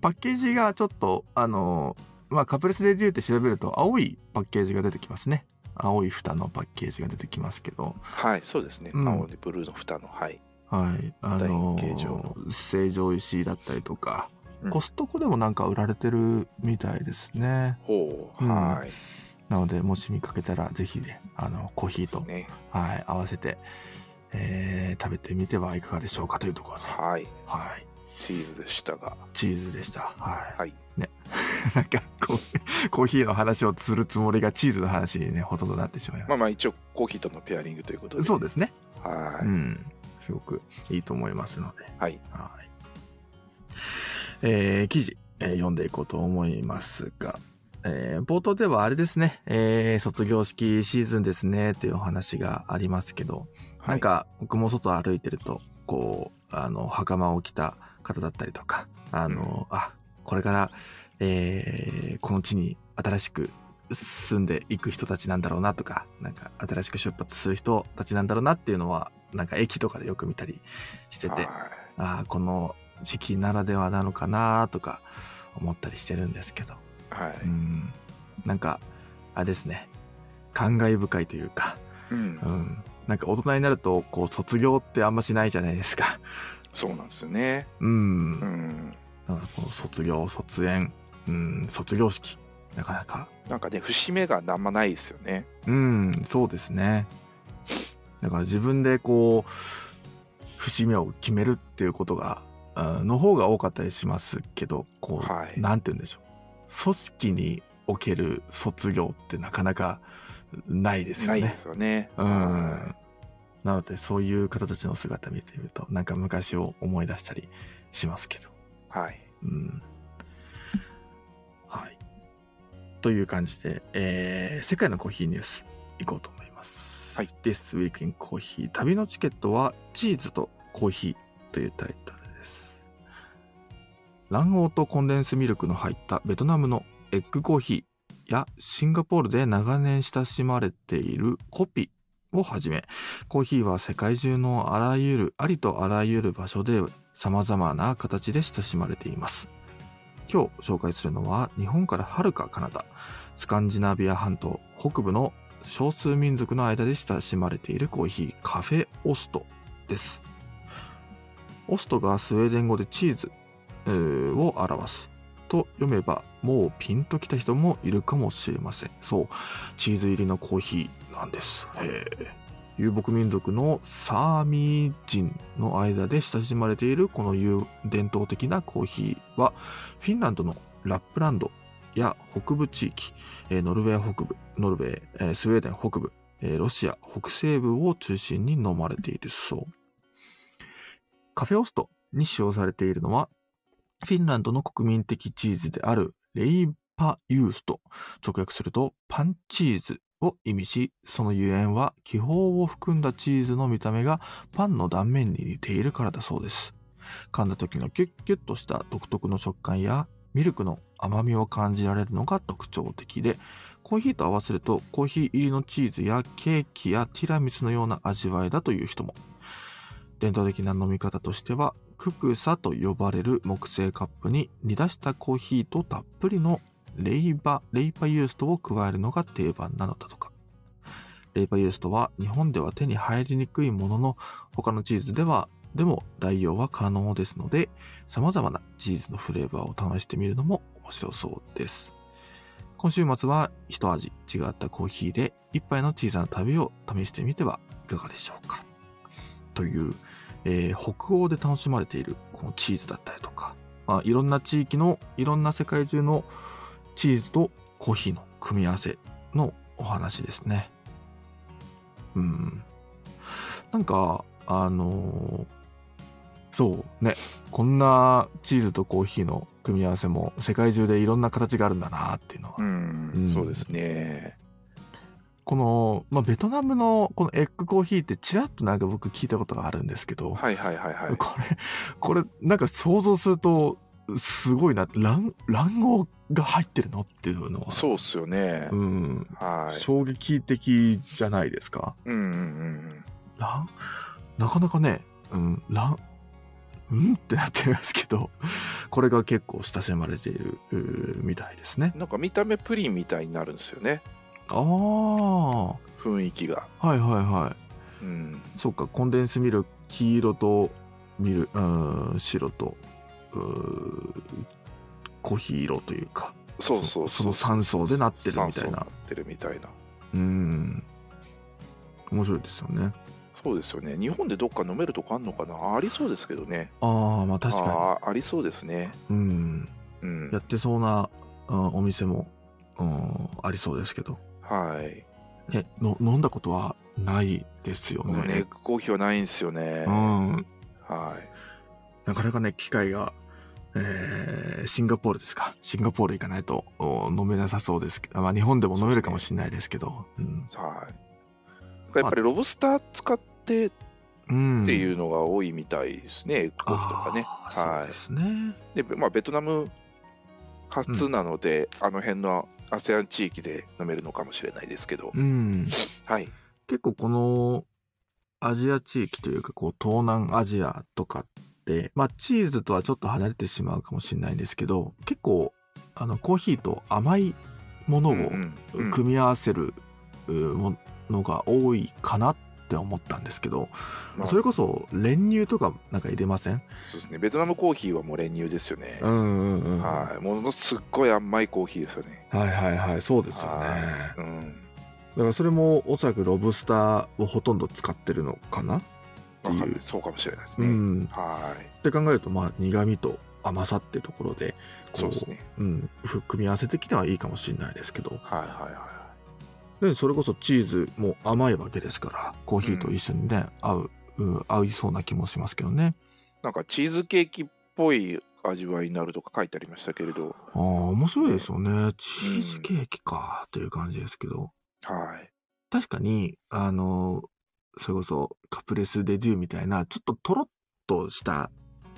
パッケージがちょっとあのまあカプレスデデューって調べると青いパッケージが出てきますね青い蓋のパッケージが出てきますけどい、はい、そうですね、うん青でブルーの蓋のはいはいあの楕円形状の成城石井だったりとか、うんコストコでもなんか売られてるみたいですねほううんはい、なので、もし見かけたら、ぜひね、あの、コーヒーですと、ねはい、合わせて、えー食べてみてはいかがでしょうかというところで、はいはい、チーズでしたがチーズでした。はい。はい なんかこう、コーヒーの話をするつもりがチーズの話にね、ほとんどなってしまいました。まあまあ一応コーヒーとのペアリングということでそうですね。はい、うん。すごくいいと思いますので、はいはい。えー記事、えー読んでいこうと思いますが、えー冒頭ではあれですね、えー卒業式シーズンですね、というお話がありますけど、なんか僕も外歩いてるとこうあの袴を着た方だったりとかあの、あこれから、えーこの地に新しく住んでいく人たちなんだろうなとかなんか新しく出発する人たちなんだろうなっていうのはなんか駅とかでよく見たりしてはいてああこの時期ならではなのかなとか思ったりしてるんですけどはい、うんなんかあれですね感慨深いというかうんうん、なんか大人になるとこう卒業ってあんましないじゃないですか。 そうなんですよねうん、うだんからこの卒業卒園、うん、卒業式なかなか、なんかね節目があんまないですよねうん、そうですね。だから自分でこう節目を決めるっていうことが、うんの方が多かったりしますけど、こう、はいなんて言うんでしょう、組織における卒業ってなかなかないですよないね。ですよねうはん。なので、そういう方たちの姿見てみると、なんか昔を思い出したりしますけど。いはいうん。はい。という感じで、えー世界のコーヒーニュース、いこうと思います。はい。 This Week in Coffee 旅のチケットは、チーズとコーヒーというタイトルです。卵黄とコンデンスミルクの入ったベトナムのエッグコーヒーやシンガポールで長年親しまれているコピをはじめコーヒーは世界中のあらゆるありとあらゆる場所で様々な形で親しまれています今日紹介するのは日本からはるか彼方スカンジナビア半島北部の少数民族の間で親しまれているコーヒーカフェオストですオストがスウェーデン語でチーズえーを表すと読めばもうピンときた人もいるかもしれませんそうチーズ入りのコーヒーなんですへー遊牧民族のサーミー人の間で親しまれているこの遊伝統的なコーヒーはフィンランドのラップランドや北部地域、えーノルウェー北部ノルウェー、えースウェーデン北部、えーロシア北西部を中心に飲まれているそうカフェオストに使用されているのはフィンランドの国民的チーズであるレイパユースと直訳するとパンチーズを意味し、そのゆえんは気泡を含んだチーズの見た目がパンの断面に似ているからだそうです。噛んだ時のキュッキュッとした独特の食感やミルクの甘みを感じられるのが特徴的で、コーヒーと合わせるとコーヒー入りのチーズやケーキやティラミスのような味わいだという人も。伝統的な飲み方としてはククサと呼ばれる木製カップに煮出したコーヒーとたっぷりのレイバレイパユーストを加えるのが定番なのだとかレイパユーストは日本では手に入りにくいものの他のチーズではでも代用は可能ですので様々なチーズのフレーバーを試してみるのも面白そうです今週末は一味違ったコーヒーで一杯の小さな旅を試してみてはいかがでしょうかという、えー北欧で楽しまれているこのチーズだったりとか、まあ、いろんな地域のいろんな世界中のチーズとコーヒーの組み合わせのお話ですね。うん。なんか、あのーそうね、こんなチーズとコーヒーの組み合わせも世界中でいろんな形があるんだなっていうのはうん、うんそうですね。この、まあ、ベトナムのこのエッグコーヒーってちらっとなんか僕聞いたことがあるんですけど、はいはいはいはい。これ、これなんか想像するとすごいな、卵、卵黄が入ってるのっていうのは、そうっすよね。うん、はい。衝撃的じゃないですか。うんうんうん卵、なかなかね、うん、卵、うんってなっちゃいますけど、これが結構親しまれているうーみたいですねう。ん。なんか見た目プリンみたいになるんですよね。ああ、は雰囲気が。いはいはい。うん。そっか、コンデンスミルク、黄色とミル、うーん、白と、うーコーヒー色というか、そうそうそそう。の3層でなってるみたい酸素にな。ってるみたいな。うーん。面白いですよね。そうですよね。日本でどっか飲めるとこあんのかなありそうですけどね。ああ、まあ確かあーありそうですね。に。うん。うんや。ってそうな、うん、お店も、うん、ありそうですけど。はい。え、の飲んだことはないですよ僕ね、エッね。グコーヒーはないんですよねう。ん。はい。なかなかね、機会が、えー、シンガポールですか。シンガポール行かないとお飲めなさそうですけど、まあ日本でも飲めるかもしれないですけど。うん。はい。やっぱりロブスター使ってっうん、ていううのが多いみたいですね、エッグコーヒーとかね。そうはですね。い。で、まあ、ベトナム初なので、あの辺の ASEAN 地域で飲めるのかもしれないですけど、うん。はい。結構このアジア地域というか、こう東南アジアとかって、まあチーズとはちょっと離れてしまうかもしれないんですけど、結構あのコーヒーと甘いものをうんうんうん組み合わせるうものが多いかなって思ったんですけど、まあそれこそ練乳とかなんか入れませんそうですね。ベトナムコーヒーはもう練乳ですよね。んうんうんははい。ものすっごい甘いコーヒーですよね。いはいはいそうですよねはい。うん。だからそれもおそらくロブスターをほとんど使ってるのかな、わかる。そうかもしれないですうね。んっはい。て考えるとまあ苦味と甘さってところでこそううですね。うん、ふ組み合わせ的にはいいかもしれないですけどはいはいはでそれこそチーズも甘いわけですからコーヒーと一緒にね、合う、うん合いそうな気もしますけどねい。なんかチーズケーキっぽい味わいになるとか書いてありましたけれど、ああ面白いですよねチーズケーキかという感じですけど、はい。確かに、あの、それこそカプレスデデューみたいな、ちょっととろっとした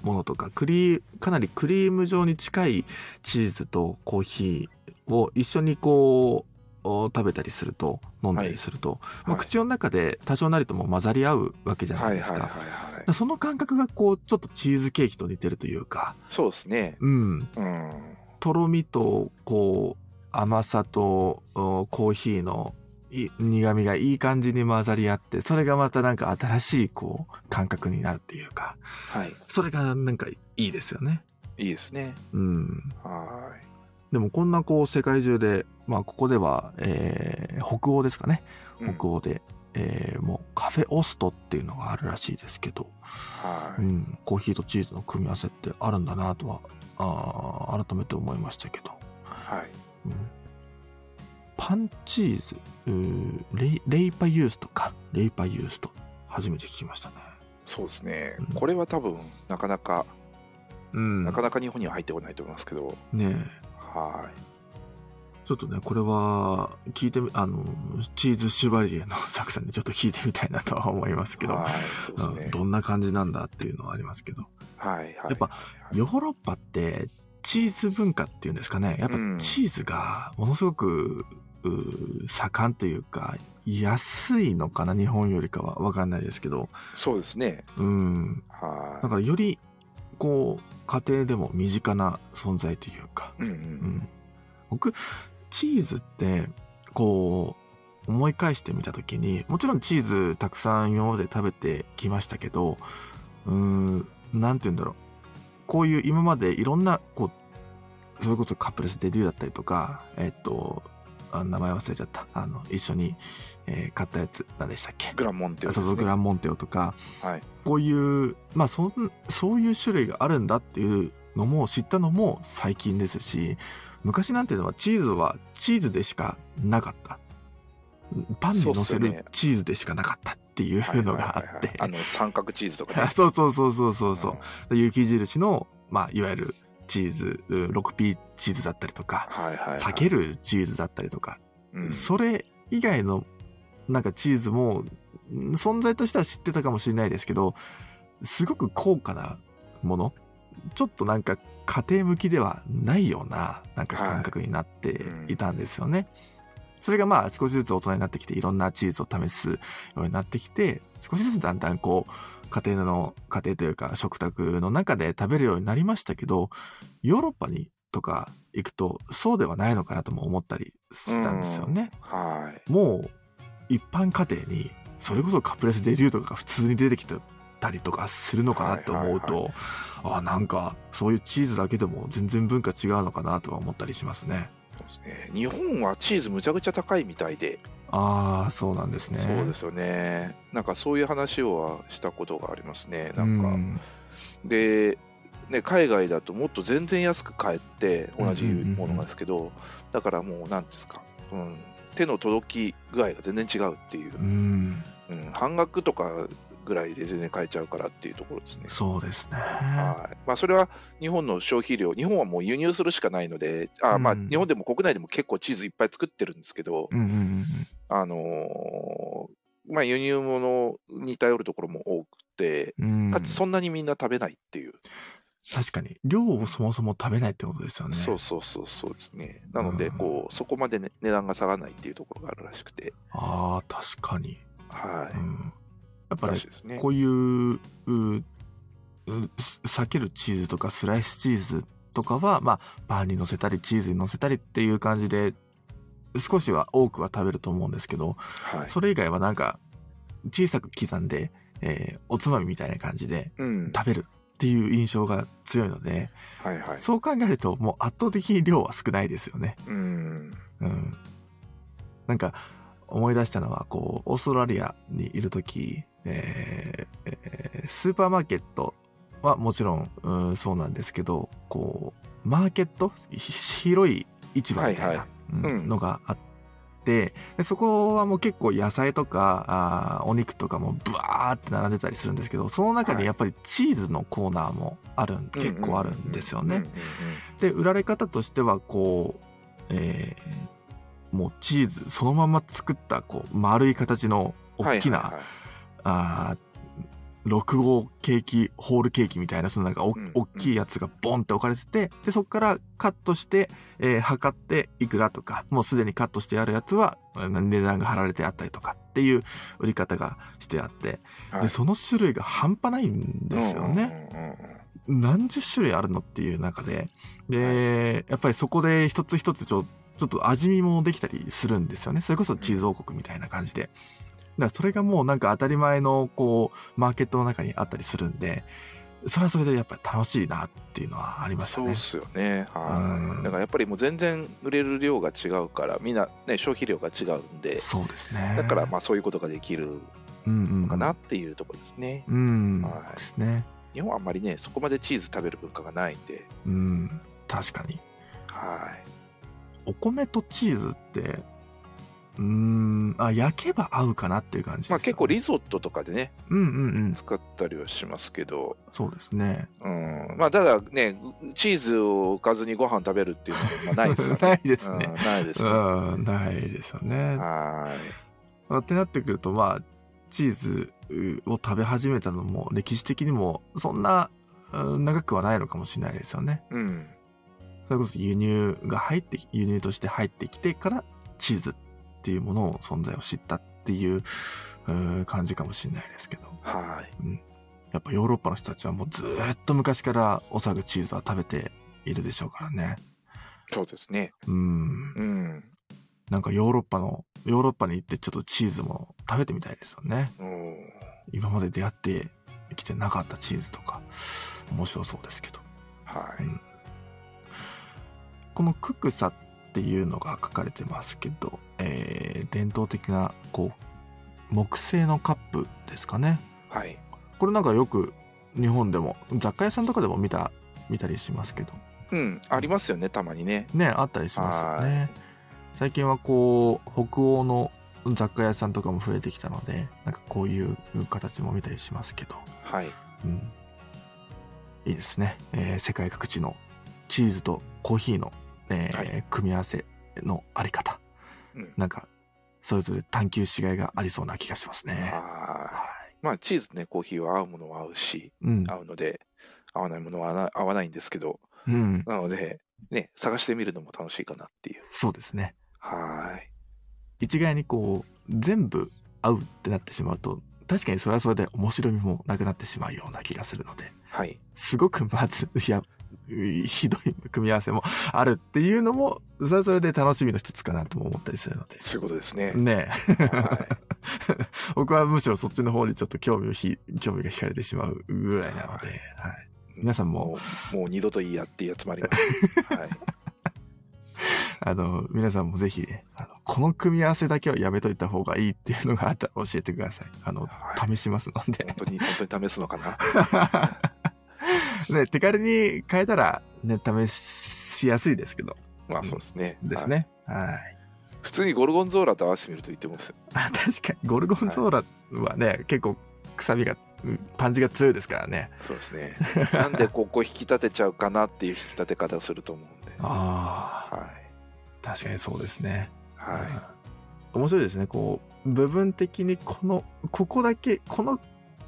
ものとか、クリー、かなりクリーム状に近いチーズとコーヒーを一緒にこう、お食べたりすると、飲んだりすると、まあ、口の中で多少なりとも混ざり合うわけじゃなはいいはいではすいか。はいだから。その感覚がこう、ちょっとチーズケーキと似てるというか、そうですね。うん、うん。とろみとこう甘さとおコーヒーのい苦味がいい感じに混ざり合ってそれがまたなんか新しいこう感覚になるっていうかはい。それがなんかいいですよね。いいですね。うん、はでもこんなこう世界中で、まあ、ここでは、えー北欧ですかねい。うん北欧で、えーもうカフェオストっていうのがあるらしいですけど、はうい。ん、コーヒーとチーズの組み合わせってあるんだなとはあー改めて思いましたけど。はい。うんパンチーズうーレイレイパユーストかレイパユースト初めて聞きましたねそうですねうん。これは多分、なかなか、うんなかなか日本には入ってこないと思いますけど、ねえはちょっとねこれは聞いてみあのチーズシュバリエの作さんにちょっと聞いてみたいなとは思いますい。けど、はい。そうですうんね。どんな感じなんだっていうのはありますけどはいはい。やっぱヨーロッパってチーズ文化っていうんですかねやっぱうんチーズがものすごく、うー盛んというか安いのかな日本よりかは分かんないですけどそうですね。うんはだからよりこう家庭でも身近な存在というか、い。うんう。うんん、僕チーズってこう思い返してみた時にもちろんチーズたくさん今まで食べてきましたけどうーんなんて言うんだろうこういう今までいろんなこうそれこそカップレスデビューだったりとかえっとあ名前忘れちゃった。あの、一緒に、えー買ったやつ、何でしたっけグランモンテオあでそすうねそう、グランモンテオとか、はいこういう、まあ、そん、そういう種類があるんだっていうのも知ったのも最近ですし、昔なんていうのはチーズはチーズでしかなかった。パンに乗せそうっすよねるチーズでしかなかったっていうのがあはいはっいはいはいあて。の三角チーズとかあね そうそうそうそうそうそううん。で雪印の、まあ、いわゆるチーズ、うん 6P チーズだったりとか、はいはいはい避けるチーズだったりとか、うんそれ以外のなんかチーズもうん存在としては知ってたかもしれないですけどすごく高価なものちょっとなんか家庭向きではないようななんか感覚になっていたんですよね。それがまあ少しずつ大人になってきていろんなチーズを試すようになってきて少しずつだんだんこう家庭の家庭というか食卓の中で食べるようになりましたけどヨーロッパにとか行くとそうではないのかなとも思ったりしたんですよね。はいもう一般家庭にそれこそカプレスデビューとかが普通に出てきてたりとかするのかなって思うと、はいあなんかそういうチーズだけでも全然文化違うのかなとは思ったりしますね。そうですね日本はチーズむちゃくちゃ高いみたいで、ああそうなんですね。そうですよねなんかそういう話をしたことがありますねなんか、うんで、ね、海外だともっと全然安く買えて同じものなんですけど、だからもう何ですか、うん、手の届き具合が全然違うっていう、うんうん、半額とかぐらいで全然買えちゃうからっていうところですね。そうですね。はいまあ、それは日本の消費量、日本はもう輸入するしかないので、あまあうん日本でも国内でも結構チーズいっぱい作ってるんですけど、うんうんうんあのーまあ、輸入物に頼るところも多くて、うん、うんかつそんなにみんな食べないっていう、確かに量をそもそも食べないってことですよね。そうそうそうそうですね。なので、うんこう、そこまで、ね、値段が下がらないっていうところがあるらしくて、ああ確かに。はうい。ん、やっぱらねしいですね。こういうううす裂けるチーズとかスライスチーズとかは、まあ、パンに乗せたりチーズに乗せたりっていう感じで少しは多くは食べると思うんですけど、はい。それ以外はなんか小さく刻んで、えーおつまみみたいな感じでうん。食べるっていう印象が強いので、はいはい。そう考えるともう圧倒的に量は少ないですよね。うん。うん。なんか、思い出したのは、こう、オーストラリアにいるとき、えーえースーパーマーケットはもちろん、うん、そうなんですけど、こう、マーケットひ広い市場みたいな、はいはうんうんのがあって、でそこはもう結構野菜とか、あーお肉とかもブワーって並んでたりするんですけど、その中はいにやっぱりチーズのコーナーもあるん、結構あるんですよね。で売られ方としてはこう、えーもうチーズそのまま作ったこう丸い形のうんうんうん。大きな、はいはいはいあー6号ケーキホールケーキみたいなそのなんかお、うん大きいやつがボンって置かれててでそこからカットして、えー測っていくらとかもうすでにカットしてあるやつはえー値段が貼られてあったりとかっていう売り方がしてあって、はいでその種類が半端ないんですよね。。うんうんうんうん何十種類あるのっていう中で、で、やっぱりそこで一つ一つちょちょっと味見もできたりするんですよね。それこそチーズ王国みたいな感じで。だからそれがもうなんか当たり前のこう、マーケットの中にあったりするんで、それはそれでやっぱり楽しいなっていうのはありましたそうっね。すよね。はうんい。だからやっぱりもう全然売れる量が違うから、みんなね、消費量が違うんで、そうですね。だからまあそういうことができうるんうんうのんかな。っていうところですね。うん。はいですね。日本はあんまりね、そこまでチーズ食べる文化がないんで、うん。確かに。はい。お米とチーズって、うーん、あ、焼けば合うかなっていう感じです、まあ結構リ、ゾットとかでね、うんうんうん。使ったりはしますけど、そうですね。うん、まあただね、チーズをおかずにご飯食べるっていうのはまあないですよ ね。ないですねうんないですね。はうん、ないですよね。ーってなってくると、まあ、チーズを食べ始めたのも、歴史的にも、そんな、うん長くはないのかもしれないですよね。い。うん。それこそ輸入が入って、輸入として入ってきてから、チーズっていうものを存在を知ったっていう、うん感じかもしれないですけど。はい。やっぱヨーロッパの人たちはもうずーっと昔からおそらくチーズは食べているでしょうからね。そうですね。うん。うん。なんかヨーロッパの、ヨーロッパに行ってちょっとチーズも食べてみたいですよね。うん今まで出会ってきてなかったチーズとか面白そうですけどはい。このククサっっていうのが書かれてますけど、えー伝統的なこう木製のカップですかねはいこれなんかよく日本でも雑貨屋さんとかでも見た見たりしますけどうんありますよねたまにねねあったりしますよね最近はこう北欧の雑貨屋さんとかも増えてきたのでなんかこういう形も見たりしますけど、はいうん、いいですね、えー世界各地のチーズとコーヒーの、えーは組み合わせのあり方うんなんかそれぞれ探求しがいがありそうな気がしますねあーはまあチーズとねコーヒーは合うものは合うしいうん合うので合わないものは合わな合わないんですけどうんなのでね探してみるのも楽しいかなっていうそうですねは一概にこう全部合うってなってしまうと確かにそれはそれで面白みもなくなってしまうような気がするのでーいはいすごくまずいやうひどい組み合わせもあるっていうのもそれはそれで楽しみの一つかなとも思ったりするのでそういうことですね、ねえは 僕はむしろそっちの方にちょっと興味をひ興味が惹かれてしまうぐらいなので、はい、い、皆さんももうもう二度といいやっていうやつもあ ります、はい、あの皆さんもぜひねあのこの組み合わせだけはやめといた方がいいっていうのがあったら教えてくださいあのは試いしますの で本当に本当に試すのかなね、手軽に変えたら、ね、試しやすいですけど、まあそうですね、ですはいね。はい。普通にゴルゴンゾーラと合わせてみると言ってもあ確かに、ゴルゴンゾーラはね、結構、臭みが、うんパンチが強いですからね。そうで すねなんでここ引き立てちゃうかなっていう引き立て方すると思うんでああ、はい確かにそうですね。。はい面白いですね。こう、部分的に、この、ここだけ、この、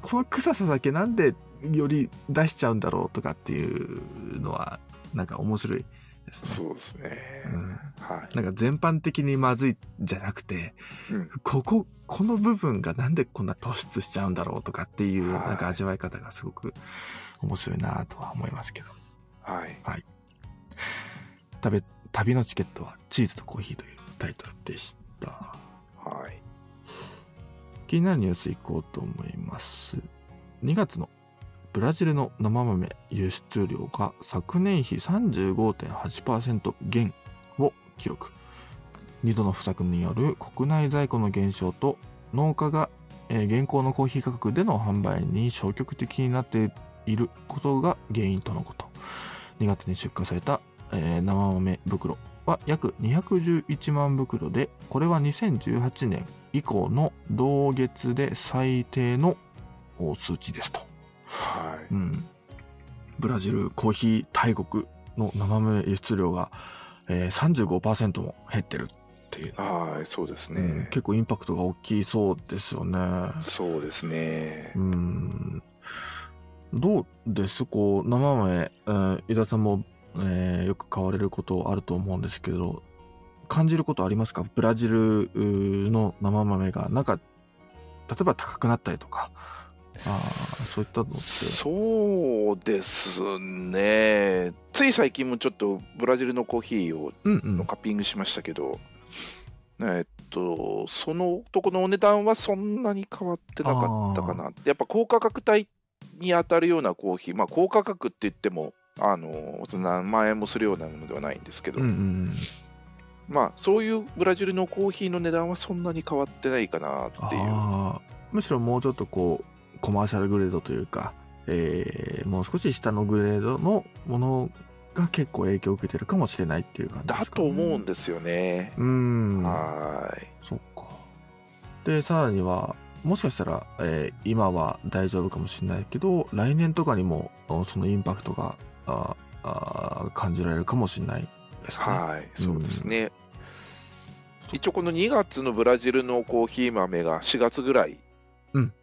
この臭さだけなんで、より出しちゃうんだろうとかっていうのは、なんか面白いですいね。そうですね、うんはい、なんか全般的にまずいじゃなくて、うんここ、この部分がなんでこんな突出しちゃうんだろうとかっていう、はいなんか味わい方がすごく面白いなとは思いますけど。はい、旅、旅のチケットはチーズとコーヒーというタイトルでした。はい、気になるニュース行こうと思います。2月のブラジルの生豆輸出量が昨年比35.8%減を記録。2度の不作による国内在庫の減少と農家が、えー現行のコーヒー価格での販売に消極的になっていることが原因とのこと。2月に出荷された、えー生豆袋は約211万袋で、これは2018年以降の同月で最低のお数値ですと、はうん、ブラジルコーヒー大国の生豆輸出量が、えー、35%も減ってるっていうい、、はい、そうですね、うん結構インパクトが大きいそうですよねそうですねう、んどうですこう生豆、えー伊沢さんも、えーよく買われることあると思うんですけど感じることありますかブラジルうーの生豆がなんか例えば高くなったりとかあーそういったのってそうですねつい最近もちょっとブラジルのコーヒーをうんうんのカッピングしましたけど、えっとそのとこのお値段はそんなに変わってなかったかなやっぱ高価格帯に当たるようなコーヒーまあ高価格って言ってもあのそんな何万円もするようなものではないんですけど、うんうんまあそういうブラジルのコーヒーの値段はそんなに変わってないかなっていうあーむしろもうちょっとこうコマーシャルグレードというか、えーもう少し下のグレードのものが結構影響を受けてるかもしれないっていう感じでだすかとね、思うんですよね、うんはーいそっかでさらにはもしかしたら、えー今は大丈夫かもしれないけど来年とかにもあそのインパクトがああ感じられるかもしれないですねはうい、そんうですね。一応この2月のブラジルのコーヒー豆が4月ぐらいうん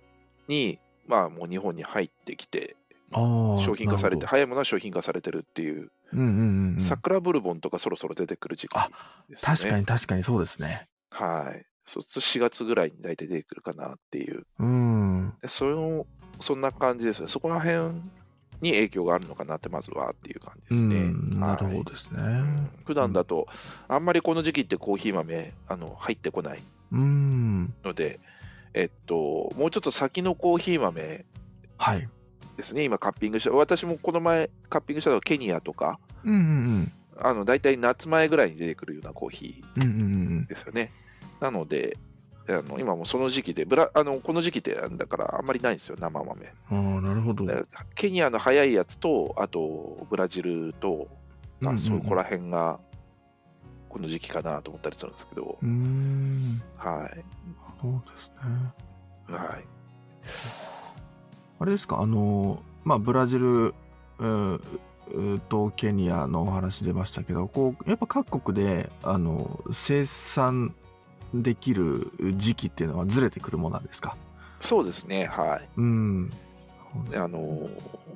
に、まあもう日本に入ってきてあー商品化されてなる早いものは商品化されてるっていう、ほどうんうんうんうん桜ブルボンとかそろそろ出てくる時期あですね。確かに確かにそうですねはい。そうすると4月ぐらいに大体出てくるかなっていう。うんでそのそんな感じですね。そこら辺に影響があるのかなってまずはっていう感じですね。うん、はないるほどですね。普段だと、あんまりこの時期ってコーヒー豆あの入ってこないうん。ので、えっと、もうちょっと先のコーヒー豆はい。ですね、今カッピングした、私もこの前カッピングしたのはケニアとか、うんうんあの大体夏前ぐらいに出てくるようなコーヒうんうんうんーですよね。なので、あの今もうその時期でブラあの、この時期ってなんだからあんまりないんですよ、生豆。うん。ああ、なるほど。でケニアの早いやつと、あとブラジルと、まあ、そこら辺がこの時期かなと思ったりするんですけど、うんうん。うはーん。そうですね。い。はい、あれですか、あの、まあ、ブラジル、うんうんとケニアのお話出ましたけど、こう、やっぱ各国で、あの、生産できる時期っていうのはずれてくるものなんですかそうですね、はい。うん。あの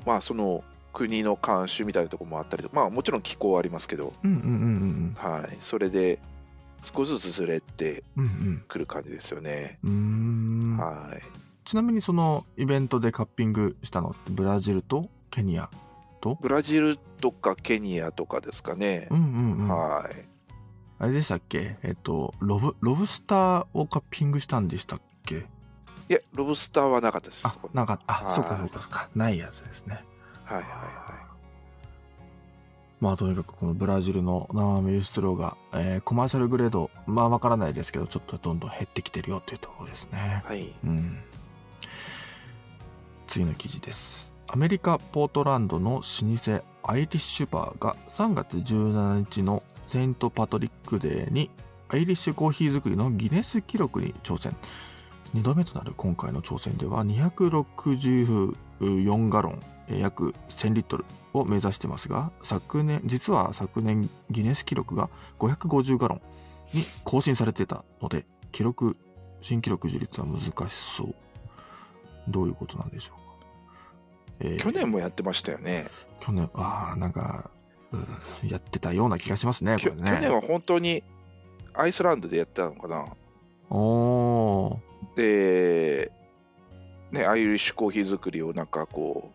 まあその国の慣習みたいなところもあったりとまあもちろん気候はありますけど、うんうんうんはい、それで少しずつずれてうん。うんくる感じですよね。うん。うーん。はい、ちなみにそのイベントでカッピングしたのってブラジルとケニアとブラジルとかケニアとかですかねう。んうんうん。あはい、れでしたっけえっと、ロブ、ロブスターをカッピングしたんでしたっけいやロブスターはなかったです。あ、なんか、あ、はいそうかそうかそうか。ないやつですね。はいはいはまあ、とにかくこのブラジルの生豆輸出量が、えーコマーシャルグレード、まあわからないですけど、ちょっとどんどん減ってきてるよっていうところですね。いはい。うん。次の記事です。アメリカ・ポートランドの老舗アイリッシュバーが3月17日のセイント・パトリックデーにアイリッシュコーヒー作りのギネス記録に挑戦。2度目となる今回の挑戦では264ガロン、えー約1000リットルを目指してますが、昨年、実は昨年ギネス記録が550ガロンに更新されていたので、記録新記録樹立は難しそうどういうことなんでしょうか、えー去年もやってましたよね。去年ああなんか、うん、やってたような気がしますねきこょれ去ね年は本当にアイスランドでやってたのかな。おーで、ね、アイリッシュコーヒー作りをなんかこう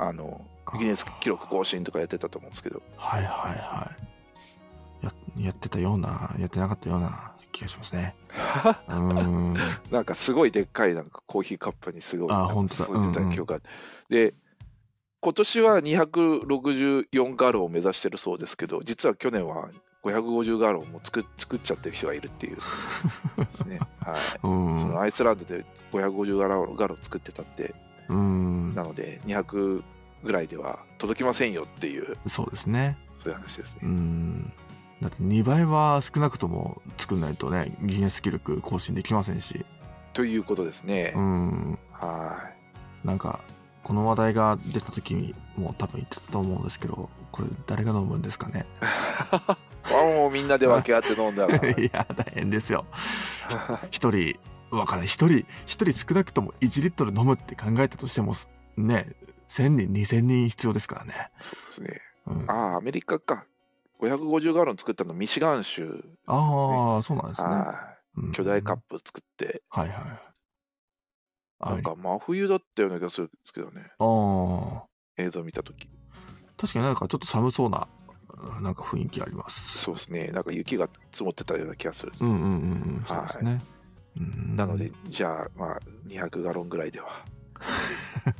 あのギネス記録更新とかやってたと思うんですけどはいはいはいややってたようなやってなかったような気がします ねうーんなんかすごいでっかいなんかコーヒーカップにすごいあーなんかほんとだ注いでうんうたん記憶があってで今年は264ガロンを目指してるそうですけど実は去年は550ガロンも作っ作っちゃってる人がいるっていうですね、はい、 うんそのアイスランドで550ガロンガロン作ってたってうんなので200ぐらいでは届きませんよっていうそうですねそういう話ですね。うんだって2倍は少なくとも作んないとねギネス記録更新できませんしということですね。うんはなんか、この話題が出た時にもう多分言ってたと思うんですけど、これ誰が飲むんですかねい。わあもうみんなで分け合って飲 んだら。いや、大変ですよ。一人、わかんない。一人、一人少なくとも1リットル飲むって考えたとしても、ね、1000人、2000人必要ですからね。 そうですね。うん、あああ、アメリカか。550ガロン作ったのミシガン州。あー、そうなんですね。はうんい。巨大カップ作って、はいはい。あなんか真冬だったような気がするんですけどね。あー映像見たとき。確かになんかちょっと寒そうな、うんなんか雰囲気あります。そうですね。なんか雪が積もってたような気がする。うんうんうんうん。そうですね。うんなので、じゃあ、まあ、200ガロンぐらい では。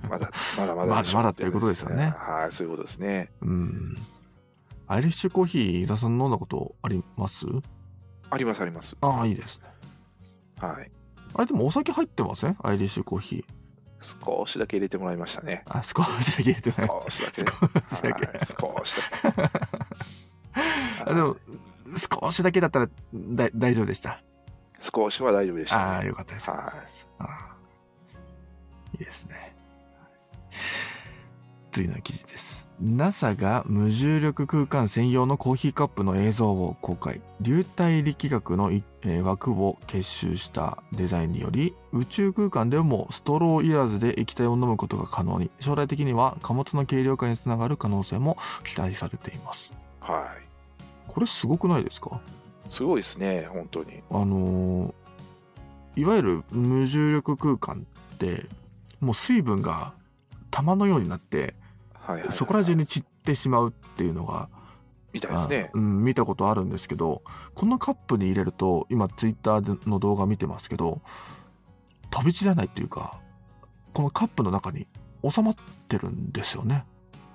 まだ、まだままだだでしょ。まだということですよねはい、そういうことですね。うん。アイリッシュコーヒー、伊沢さん飲んだことありますあります、あります。ああ、いいですね。はい。あれでもお酒入ってませんアイリッシュコーヒー。少しだけ入れてもらいました ね。あ、少しだけ入れてない。少しだけ。少しだはいけ。少しだけ。 あでも、少しだけだったらだ大丈夫でした。少しは大丈夫でした、ああ、ね。よかったです。はいよかったですああいいですね。次の記事です。NASA が無重力空間専用のコーヒーカップの映像を公開。流体力学のい、えー枠を結集したデザインにより、宇宙空間でもストローいらずで液体を飲むことが可能に、将来的には貨物の軽量化につながる可能性も期待されています。はこれすごくないですかい。すごいですね、本当に。あのーいわゆる無重力空間ってもう水分が玉のようになってはいはい、はい。そこら中に散ってしまうっていうのが、みたいですねあ。うん、見たことあるんですけどこのカップに入れると今ツイッターの動画見てますけど飛び散らないっていうかこのカップの中に収まってるんですよね。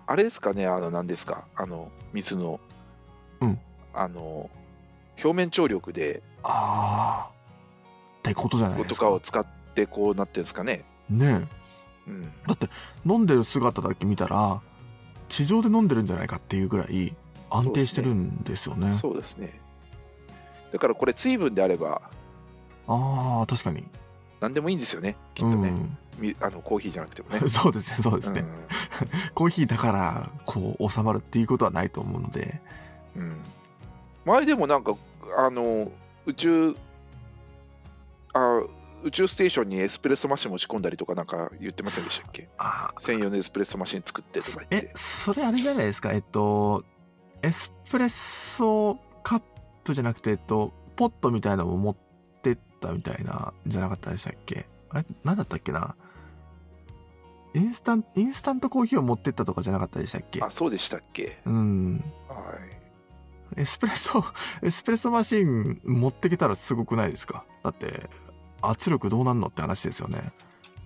あれですかね、あの、何ですか、あの、水の、うんあの、表面張力で、ああ。ってことじゃないでとすか。かを使って、こうなってるんですかね。ねうん。え飲んでる姿だけ見たら、地上で飲んでるんじゃないかっていうぐらい安定してるんですよね。そうですね。だからこれ、水分であれば、ああ、確かに。何でもいいんですよね、きっとね。みあのコーヒーじゃなくてもねう。ん そうですね、そうですね。うコーヒーだから、こう、収まるっていうことはないと思うので。んうん前でもなんか、あの、宇宙、あ宇宙ステーションにエスプレッソマシン持ち込んだりとかなんか言ってませんでしたっ けああ、専用のエスプレッソマシン作ってとか言っえて、。それあれじゃないですか、えっと、エスプレッソカップじゃなくて、えっと、ポットみたいなのを持ってったみたいな、じゃなかったでしたっけあれ、なんだったっけなインスタント、インスタントコーヒーを持ってったとかじゃなかったでしたっけあ、そうでしたっけうん。はい。エスプレッソ、 エスプレッソマシン持ってきたらすごくないですかだって、圧力どうなんのって話ですよね。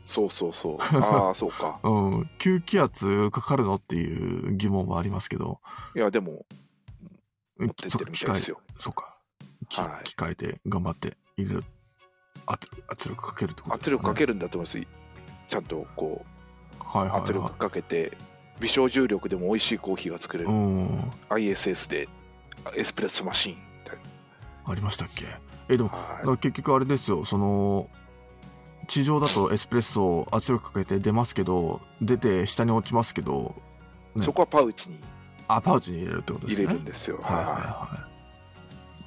そうそ うそう。ああ、そうか。うん。吸気圧かかるのっていう疑問はありますけど。いや、でも、持ってってるみ機たいで械すよ。そうか。きはい機械で頑張って入れる。圧圧力かけるってこと圧力かける。るんだと思います。ちゃんとこ、はいうはい、はい。圧力かけて、微小重力でも美味しいコーヒーが作れうる。ん。 ISS で、エスプレッソマシンみたいありましたっけえ、でも、な。だはから結局あれですよ、その、地上だとエスプレッソ圧力かけて出ますけど、出て下に落ちますけど、い。そこはパウチにあ、パウチに入れるってことで入すね。れるんですよ。はいはいはは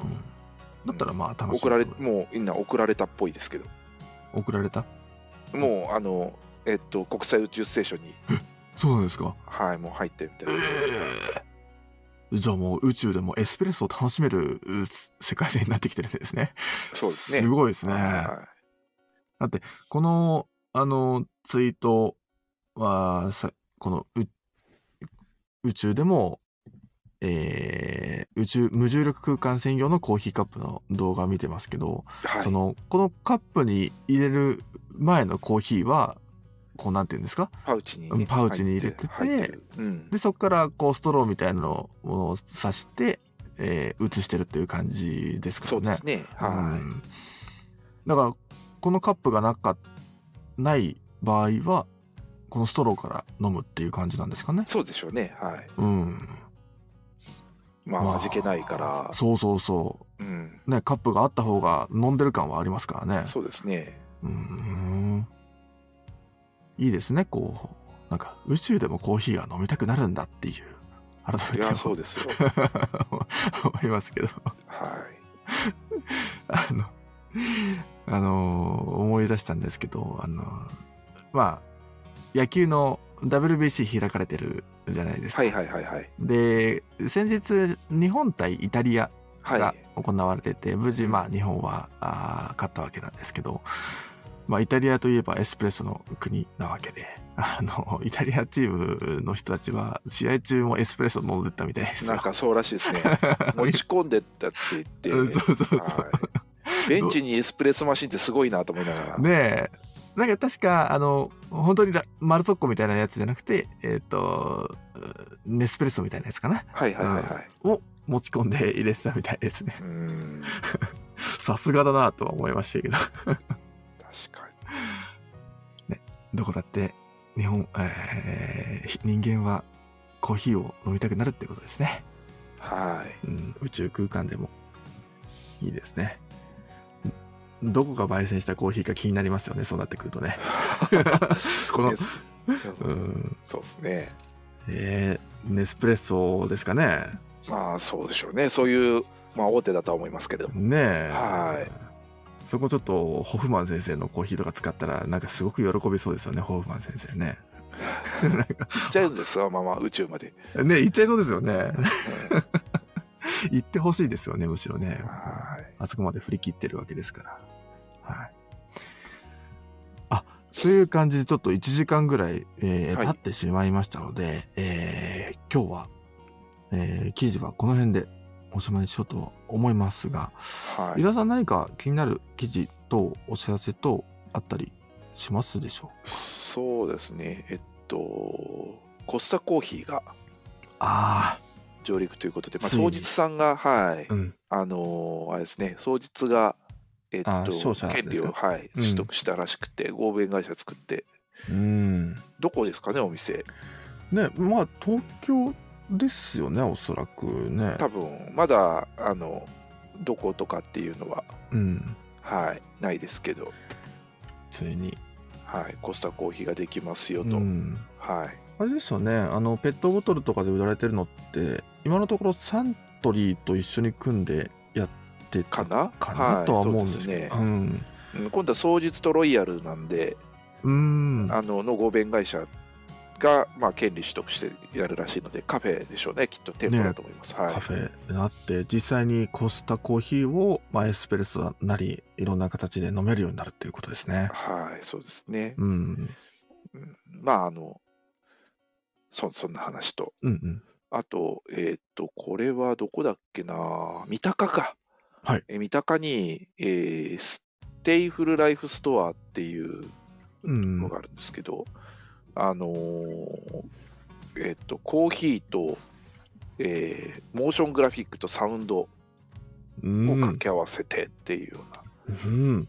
い。うん、だったらまあ楽しい。みです送られ、もうみんな送られたっぽいですけど、送られたもう、あの、えっと、国際宇宙ステーションに、そうなんですか。はい、もう入ってみたいな。じゃあもう宇宙でもエスプレッソを楽しめるうす世界線になってきてるんですね。そうですね。ごいですね。はこの、あの、ツイートは、さこのう宇宙でも、えー宇宙、無重力空間専用のコーヒーカップの動画を見てますけど、い。はいその、このカップに入れる前のコーヒーは、こうなんていうんですかパウチにうね、んパウチに入れてて入ってるうんで、そこからこうストローみたいなのを刺して、えー映してるっていう感じですかそらうでねす。ね。うはんだから、このカップがなか、ない場合は、このストローから飲むっていう感じなんですかねい。。そうでしょうね。はい。うん。ままああ味気ないから。そうそうそうん。う。ね、カップがあった方が飲んでる感はありますからね。そうですね。うん。いいですね、こう。なんか、宇宙でもコーヒーが飲みたくなるんだっていう、改いめてやそうですよ。 思いますけど。はあの、あのー思い出したんですけど、あのーまあ、野球の WBC 開かれてるじゃないでい。すか。はいはいはいはい。で、先日、日本対イタリアはがい。行われてて、無事、まあ、日本はあー勝ったわけなんですけど、まあ、イタリアといえばエスプレッソの国なわけで、あの、イタリアチームの人たちは、試合中もエスプレッソ飲んでたみたいですよ。なんかそうらしい ですね。持ち込んでったって言って。うん そうそうそう。はいベンチにエスプレッソマシンってすごいなと思いなが ら。ねえ。なんか確か、あの、本当にラマルソッコみたいなやつじゃなくて、えっ、と、うんネスプレッソみたいなやつかなはいはいはいはい。を持ち込んで入れてたみたいですね。うん。さすがだなとは思いましたけど。確かに。どこだって、日本、えーひ人間はコーヒーを飲みたくなるってことですね。はい。うん、宇宙空間でも。いいですね。どこが焙煎したコーヒーか気になりますよね、そうなってくると ね。このね、うん、 そうですね。えー、ネスプレッソですかね。まあそうでしょうね。そういう、まあ大手だとは思いますけれども。ねえ。はいそこちょっと、ホフマン先生のコーヒーとか使ったら、なんかすごく喜びそうですよね、ホフマン先生ね。行っちゃうんですよ、まあまあ宇宙まで。 ね行っちゃいそうですよね。 うん行ってほしいですよね、むしろね。はいあそこまで振り切ってるわけですから。はい。あ、という感じでちょっと1時間ぐらい、えーはい経ってしまいましたので、えー今日は、えー記事はこの辺でおしまいにしようと思いますが、はい伊。沢さん何か気になる記事とお知らせとあったりしますでしょそうですね、えっと、コスタコーヒーがあ上陸ということで、まあ、ついに総実さんが、はい、あ、うん。あのーあれですね、総実が、えっあと商社ですか権利を、はい、うん取得したらしくて、合弁会社作って、うん。どこですかね、お店。ね、まあ、東京ですよね、おそらくね。多分まだ、あの、どことかっていうのは、うん。はい、ないですけど、ついに。はい、コスタコーヒーができますよと。うん。はい。あれですよね、あの、ペットボトルとかで売られてるのって、今のところサントリーと一緒に組んでやってかたなかなとは思うんですねけど。うん。うん今度は双日とロイヤルなんで、うん。あのの合弁会社が、まあ、権利取得してやるらしいのでカフェでしょうねきっと店舗だと思います、はいカフェになって、実際にコスタコーヒーを、まあ、エスプレッソなり、いろんな形で飲めるようになるっていうことですね。はいそうですね、うん。うんまああのそそんな話とうんうん。あとえーっとこれはどこだっけな三鷹か、はいえ三鷹に、えーステイフルライフストアっていううんのがあるんですけど、あのーえっとコーヒーと、えーモーショングラフィックとサウンドをうん。掛け合わせてっていうような,、うん。なん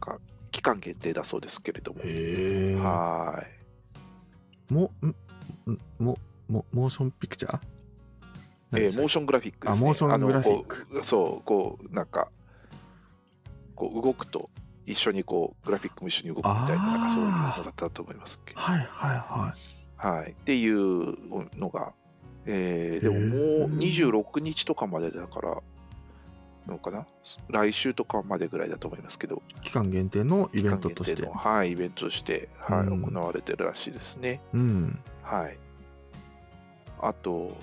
か期間限定だそうですけれども、ええー。はーいも、んんも、も、モーションピクチャーえーモーショングラフィックです、ね、あモーショングラフィックあのこうそうこうなんかこう動くと一緒にこうグラフィックも一緒に動くみたいななんかそういうのだったと思いますけどはいはいははい、っていうのが、えーでももう26日とかまでだから、のかな、来週とかまでぐらいだと思いますけど、い。期間限定のイベントとして期間限定。のはい、イベントとして、はい、うん行われてるらしいですね。うん。はい、あと、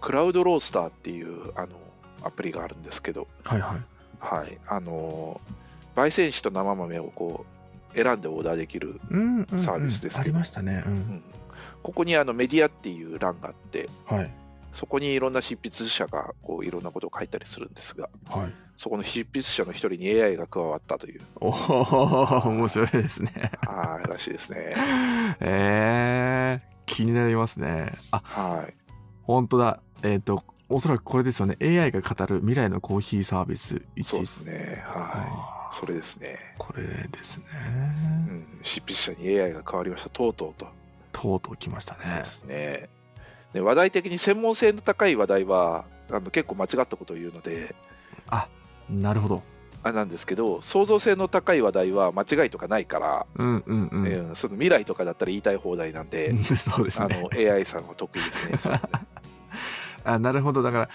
クラウドロースターっていうあのアプリがあるんですけど、はいはい。はい、あの焙煎紙と生豆をこう選んでオーダーできる、うん、うんうん。サービスですあけりどましたね。う。うんんここにあのメディアっていう欄があって、はい。そこにいろんな執筆者がこういろんなことを書いたりするんですが、はい。そこの執筆者の一人に AI が加わったという、おお面白いですね。はい、らしいですね。ええ気になりますね。あ、はい。本当だ。えっ、と、おそらくこれですよね。AI が語る未来のコーヒーサービス1。 そうですね。はあーい。それですね。これですね。うん、執筆者に AI が変わりました。とうとうと。とうとう来ましたそうねで。すね。で話題的に専門性の高い話題はあの結構間違ったことを言うので、なるほど。あなんですけど、創造性の高い話題は間違いとかないから、うんうんうん。うんその未来とかだったら言いたい放題なんで、 そうですあね。の AI さんは得意です ね。そうあなるほど。だか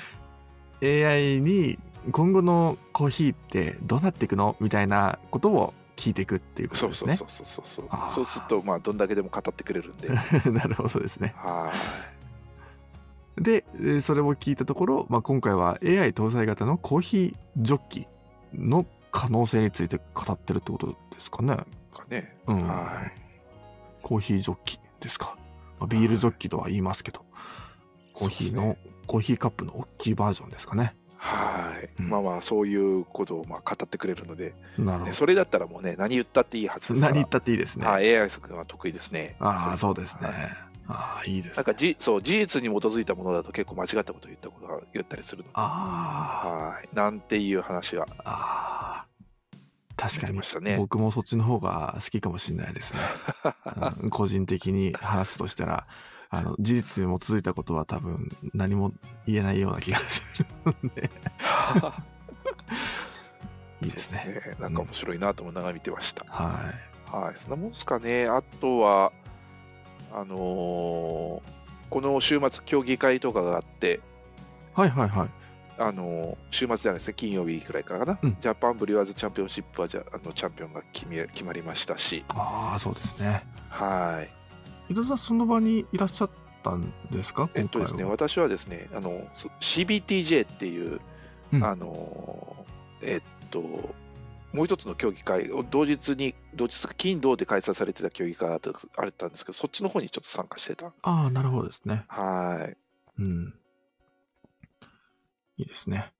ら、AI に今後のコーヒーってどうなっていくのみたいなことを聞いていくっていうこそとうですそうね。そうそうそうそうあーそうするとまあどんだけでも語ってくれるんでは なるほどですね。ーで、えーそれを聞いたところ、まあ、今回は AI 搭載型のコーヒージョッキの可能性について語ってるってことですかね。いかねうん。はコーヒージョッキですか。まあ、ビールジョッキとは言いますけど、コーヒーの、そうでコーヒーカップの大きいバージョンですかね。はい、うんまあまあそういうことをまあ語ってくれるので、なるほねそれだったらもうね何言ったっていいはずど。ですから 何言ったっていいですね。はい AI さんは得意ですねああ、そうですねはい。ああ、いいです、なねん。かじそう事実に基づいたものだと結構間違ったことを言ったことが言ったりするのあはいなんていう話があ、ああ。確か出てにましたね僕もそっちの方が好きかもしれないです ね。うん個人的に話すとしたら、あの、事実に基づいたことは多分何も言えないような気がするので。 いいです そうね。なんか面白いなとも眺めてました、ははい、そんなもんですかね。あとは、あのーこの週末、競技会とかがあって、い。はいはいはい。あのー週末じゃないですね、金曜日くらいからかな、うんジャパンブリュワーズチャンピオンシップはじゃあのチャンピオンが決め決まりましたし、ああ、そうですね。はい。伊藤さん、その場にいらっしゃったんですかえっ今と回では。すね、私はですね、あのそ CBTJ っていう、うんあのーえっと、もう一つの競技会を同日に、同日か金、銅で開催されてた競技会があったあったんですけど、そっちの方にちょっと参加してた。ああ、なるほどですね。はい。うん。いいですね。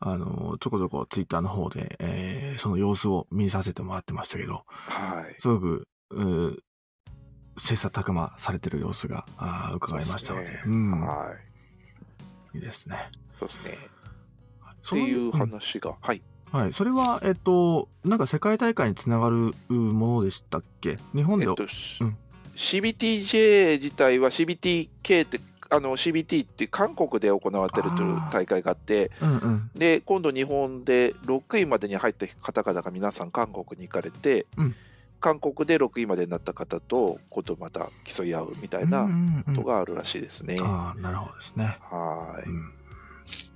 あの、ちょこちょこツイッターの方で、えーその様子を見させてもらってましたけど、はい。すごく、うー切磋琢磨されてる様子があー伺いましたので、そうですうねん、はいいですね。い。そうですね。っそてのいううん話が、はい。はい、それは、えっと、なんか世界大会につながるうんものでしたっけ日本えでっは、と、しうん CBTJ 自体は CBTK って、あの CBT って韓国で行われてるというあー大会があって、うんうん、で、今度日本で6位までに入った方々が皆さん韓国に行かれて、うん韓国で6位までになった方と、今度また競い合うみたいうんなうんうこんとがあるらしいですね。はああ、なるほどですね。い。うん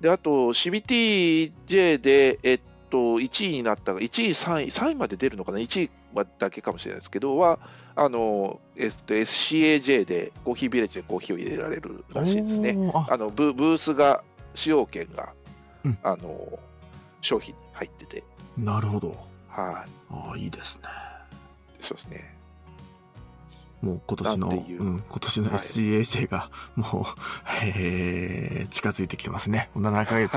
で、あと CBTJ で、えっと、1位になった、1位、3位、3位まで出るのかな ?1 位はだけかもしれないですけど、は、あの、えっと、SCAJ で、コーヒービレッジでコーヒーを入れられるらしいですね。おーああのブ、ブースが、使用権が、うんあの、商品に入ってて、なるほど。はい、ああ、いいですね。そうですね。もう今年の、なうん、ていうん今年のはい SCAJ が、もう、えー近づいてきてますね。7ヶ月、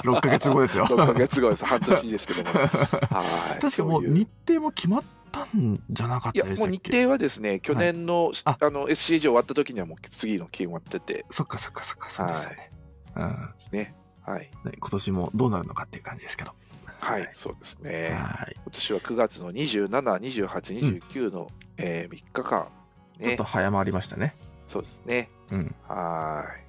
6ヶ月後ですよ。 6ヶ月後です。半年ですけども。は 確い。かもうそういう日程も決まったんじゃなかっいや、たでしもたっう日け程はですね、去年の、ああの、SCAJ 終わった時にはもう次の決まっててそっかそっかそっか、そうでしたね。うんですね。はい。ね今年もどうなるのかっていう感じですけど。はい、そうですね。はい。今年は9月の27、28、29の、えー3日間、ちょっねと。早まりましたね。そうですね。うん。はーい。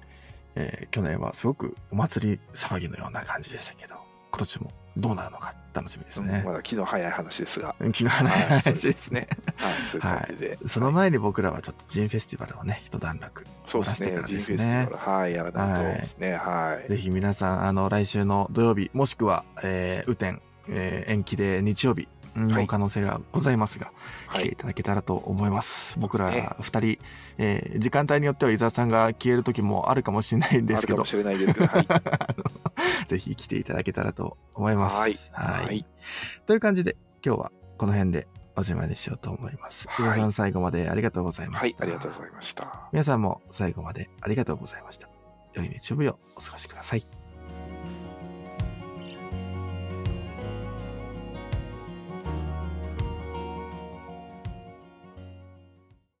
えー去年はすごくお祭り騒ぎのような感じでしたけど、今年もどうなるのか楽しみですうんねま。だ昨日早い話ですが。気が早いはい話ですね。はい、そういう感じで。その前に僕らはちょっとジンフェスティバルをね、一段落。そうです出しね。てからジでンすねフェスティバル。はい、やらないとですね。はい。ぜひ皆さん、あの、来週の土曜日、もしくは、えー雨天、えー延期で日曜日はのい可能性がございますが、は来ていい。ただけたらと思います。僕そうですら二人、えー時間帯によっては伊沢さんが消える時もあるかもしれないんであするけかども、しれないですけど、はい。 ぜひ来ていただけたらと思います。はいはいという感じで、今日はこの辺でおしまいにしようと思います。はい皆さん最後までありがとうございました。はい、ありがとうございました。皆さんも最後までありがとうございました。良い日曜日をお過ごしください。